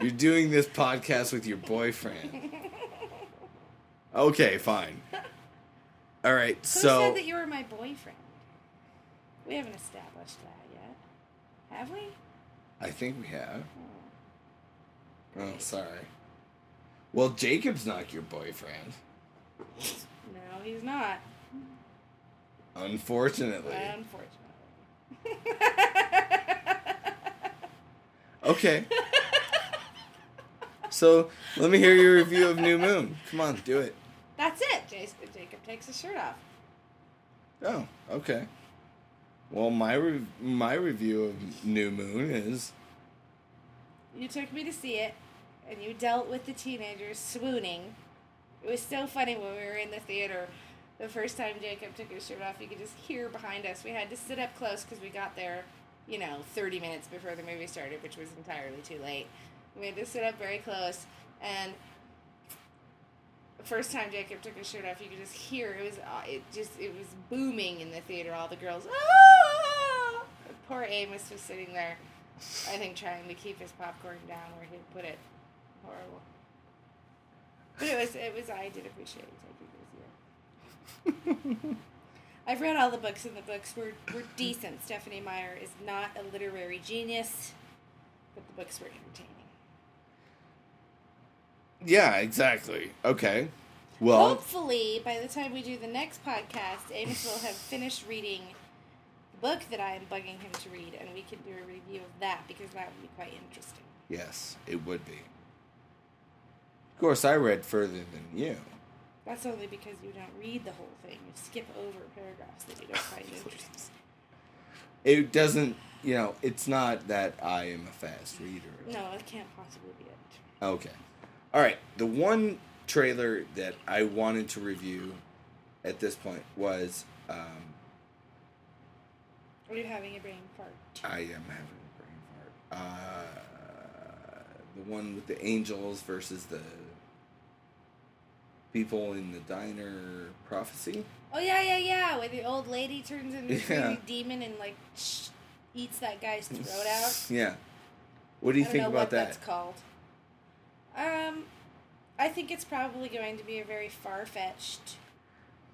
A: You're doing this podcast with your boyfriend. Okay, fine. All right,
B: Who
A: so
B: said that you were my boyfriend? We haven't established that yet, have we?
A: I think we have.
B: Oh.
A: Oh, sorry. Well, Jacob's not your boyfriend,
B: No, he's not.
A: unfortunately.
B: Um. Unfortunately.
A: Okay. So let me hear your review of New Moon. Come on, do it.
B: That's it. Jason, Jacob takes his shirt off.
A: Oh, okay. Well, my re- my review of New Moon is
B: You took me to see it, and you dealt with the teenagers swooning. It was so funny when we were in the theater. The first time Jacob took his shirt off, you could just hear behind us. We had to sit up close because we got there, you know, 30 minutes before the movie started, which was entirely too late. We had to sit up very close, and the first time Jacob took his shirt off, you could just hear it was uh, it just it was booming in the theater. All the girls, ah! Poor Amos was sitting there. I think trying to keep his popcorn down where he'd put it. Horrible. But it was it was I did appreciate it. I think it was you. I've read all the books and the books were, were decent. Stephanie Meyer is not a literary genius, but the books were entertaining.
A: Yeah, exactly. Okay. Well,
B: Hopefully, by the time we do the next podcast, Amos will have finished reading the book that I am bugging him to read, and we can do a review of that because that would be quite interesting.
A: yes, it would be. Of course, I read further than you.
B: That's only because you don't read the whole thing. You skip over paragraphs that you don't find interesting.
A: It doesn't, you know, it's not that I am a fast reader.
B: No, it can't possibly be it.
A: Okay. All right. The one trailer that I wanted to review at this point was um,
B: Are you having a brain fart?
A: I am having a brain fart. Uh, the one with the angels versus the people in the diner prophecy.
B: Oh yeah, yeah, yeah. Where the old lady turns into
A: Yeah.
B: a demon and like sh- eats that guy's throat out.
A: Yeah. What do you
B: I don't
A: think
B: know
A: about
B: what
A: that?
B: that's called. Um, I think it's probably going to be a very far fetched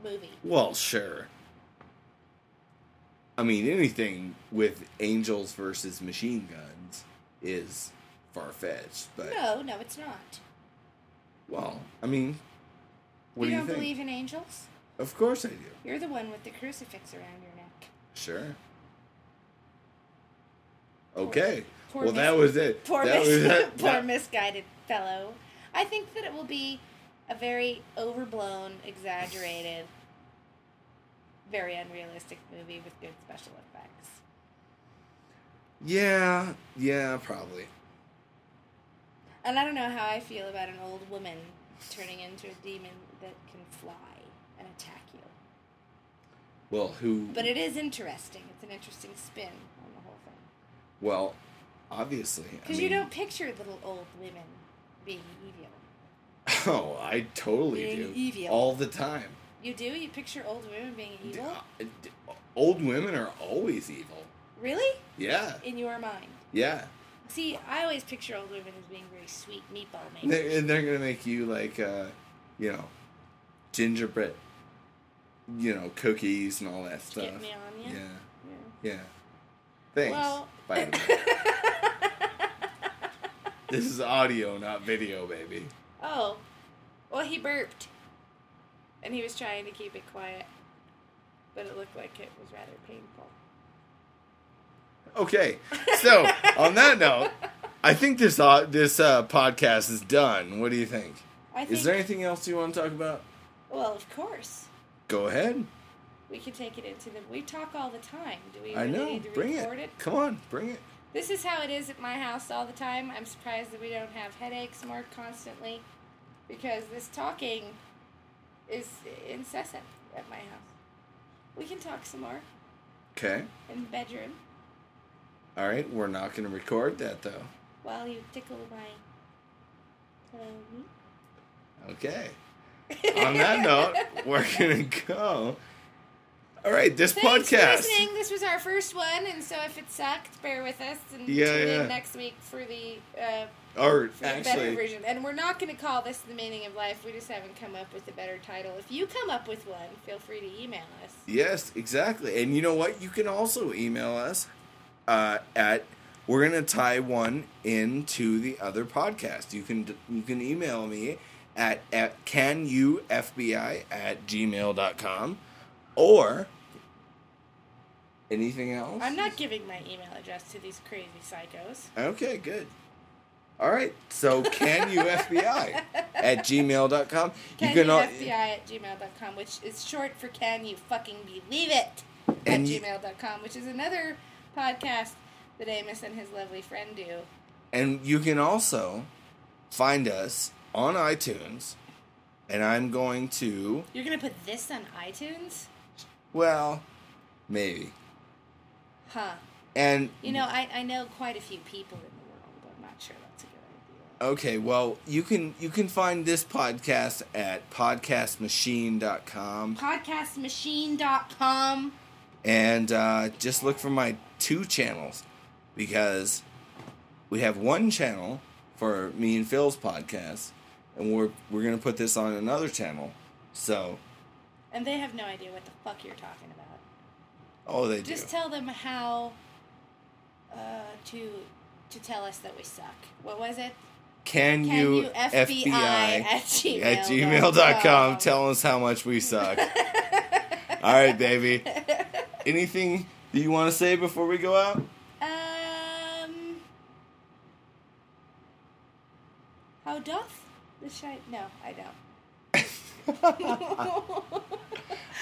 B: movie.
A: Well, sure. I mean, anything with angels versus machine guns is far fetched, but
B: No, no, it's not.
A: well, I mean, what
B: you
A: do you
B: not
A: think?
B: believe in angels?
A: Of course I do.
B: You're the one with the crucifix around your neck.
A: Sure. Okay.
B: Poor
A: well,
B: mis-
A: that was it.
B: Poor,
A: that
B: mis-
A: was it.
B: poor
A: That-
B: misguided fellow. I think that it will be a very overblown, exaggerated, very unrealistic movie with good special effects.
A: Yeah, yeah, probably.
B: And I don't know how I feel about an old woman turning into a demon that can fly and attack you.
A: Well, who?
B: But it is interesting. It's an interesting spin on the whole thing.
A: well, obviously. I
B: Because you
A: mean-
B: don't picture little old women being evil.
A: Oh, I totally
B: Being
A: do.
B: evil.
A: All the time.
B: You do? You picture old women being
A: D-
B: evil?
A: uh, d- Old women are always evil.
B: Really?
A: Yeah,
B: In your mind.
A: yeah.
B: See, I always picture old women as being very sweet meatball
A: And
B: makers.
A: they're, and they're gonna make you like, uh, you know, gingerbread, you know, cookies and all that stuff.
B: Get me on
A: yeah,
B: you?
A: yeah. Thanks.
B: Well-
A: By the way, this is audio, not video, baby.
B: oh. Well, he burped. And he was trying to keep it quiet. But it looked like it was rather painful.
A: Okay. So on that note, I think this uh, this uh, podcast is done. What do you think?
B: I think,
A: Is there anything else you want to talk about?
B: well, of course.
A: Go ahead.
B: We can take it into the. We talk all the time. Do we
A: I
B: really
A: know.
B: need to
A: Bring
B: record
A: it.
B: it?
A: Come on, bring it.
B: This is how it is at my house all the time. I'm surprised that we don't have headaches more constantly because this talking is incessant at my house. We can talk some more
A: Okay.
B: in the bedroom
A: All right. We're not going to record that though.
B: while you tickle my. Um,
A: Okay. On that note, we're going to go. All right. This
B: Thanks for
A: podcast.
B: listening. This was our first one, and so if it sucked, bear with us and
A: Yeah,
B: tune
A: yeah.
B: in next week for the uh,
A: Or
B: for the better
A: actually,
B: version. And we're not going to call this the meaning of life. We just haven't come up with a better title. If you come up with one, feel free to email us.
A: yes, exactly. And you know what? You can also email us uh, at. We're gonna tie one into the other podcast. You can you can email me at at canyoufbi at gmail.com or anything else.
B: I'm not giving my email address to these crazy psychos.
A: Okay, good. All right. So can you FBI at gmail.com?
B: Can you,
A: can al-
B: FBI at gmail.com, which is short for Can You Fucking Believe It at
A: And you-
B: gmail.com, which is another podcast that Amos and his lovely friend do.
A: and you can also find us on iTunes. And I'm going to
B: You're going to put this on iTunes?
A: well, maybe.
B: Huh.
A: And
B: You know, I, I know quite a few people in the world, but I'm not sure that's a good
A: okay, well, you can you can find this podcast at podcastmachine.com
B: idea. Podcastmachine.com.
A: and uh, just look for my two channels because we have one channel for me and Phil's podcast, and we're we're gonna put this on another channel. So,
B: And they have no idea what the fuck you're talking about.
A: oh, they
B: Just
A: do.
B: tell them how uh, to to tell us that we suck. What was it?
A: Can,
B: Can
A: you,
B: you FBI, at gmail
A: at gmail.com tell us how much we suck. All right, baby. Anything that you want to say before we go out?
B: Um. How doth the shine? No, I don't.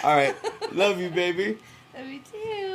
A: All right. Love you, baby.
B: Love you too.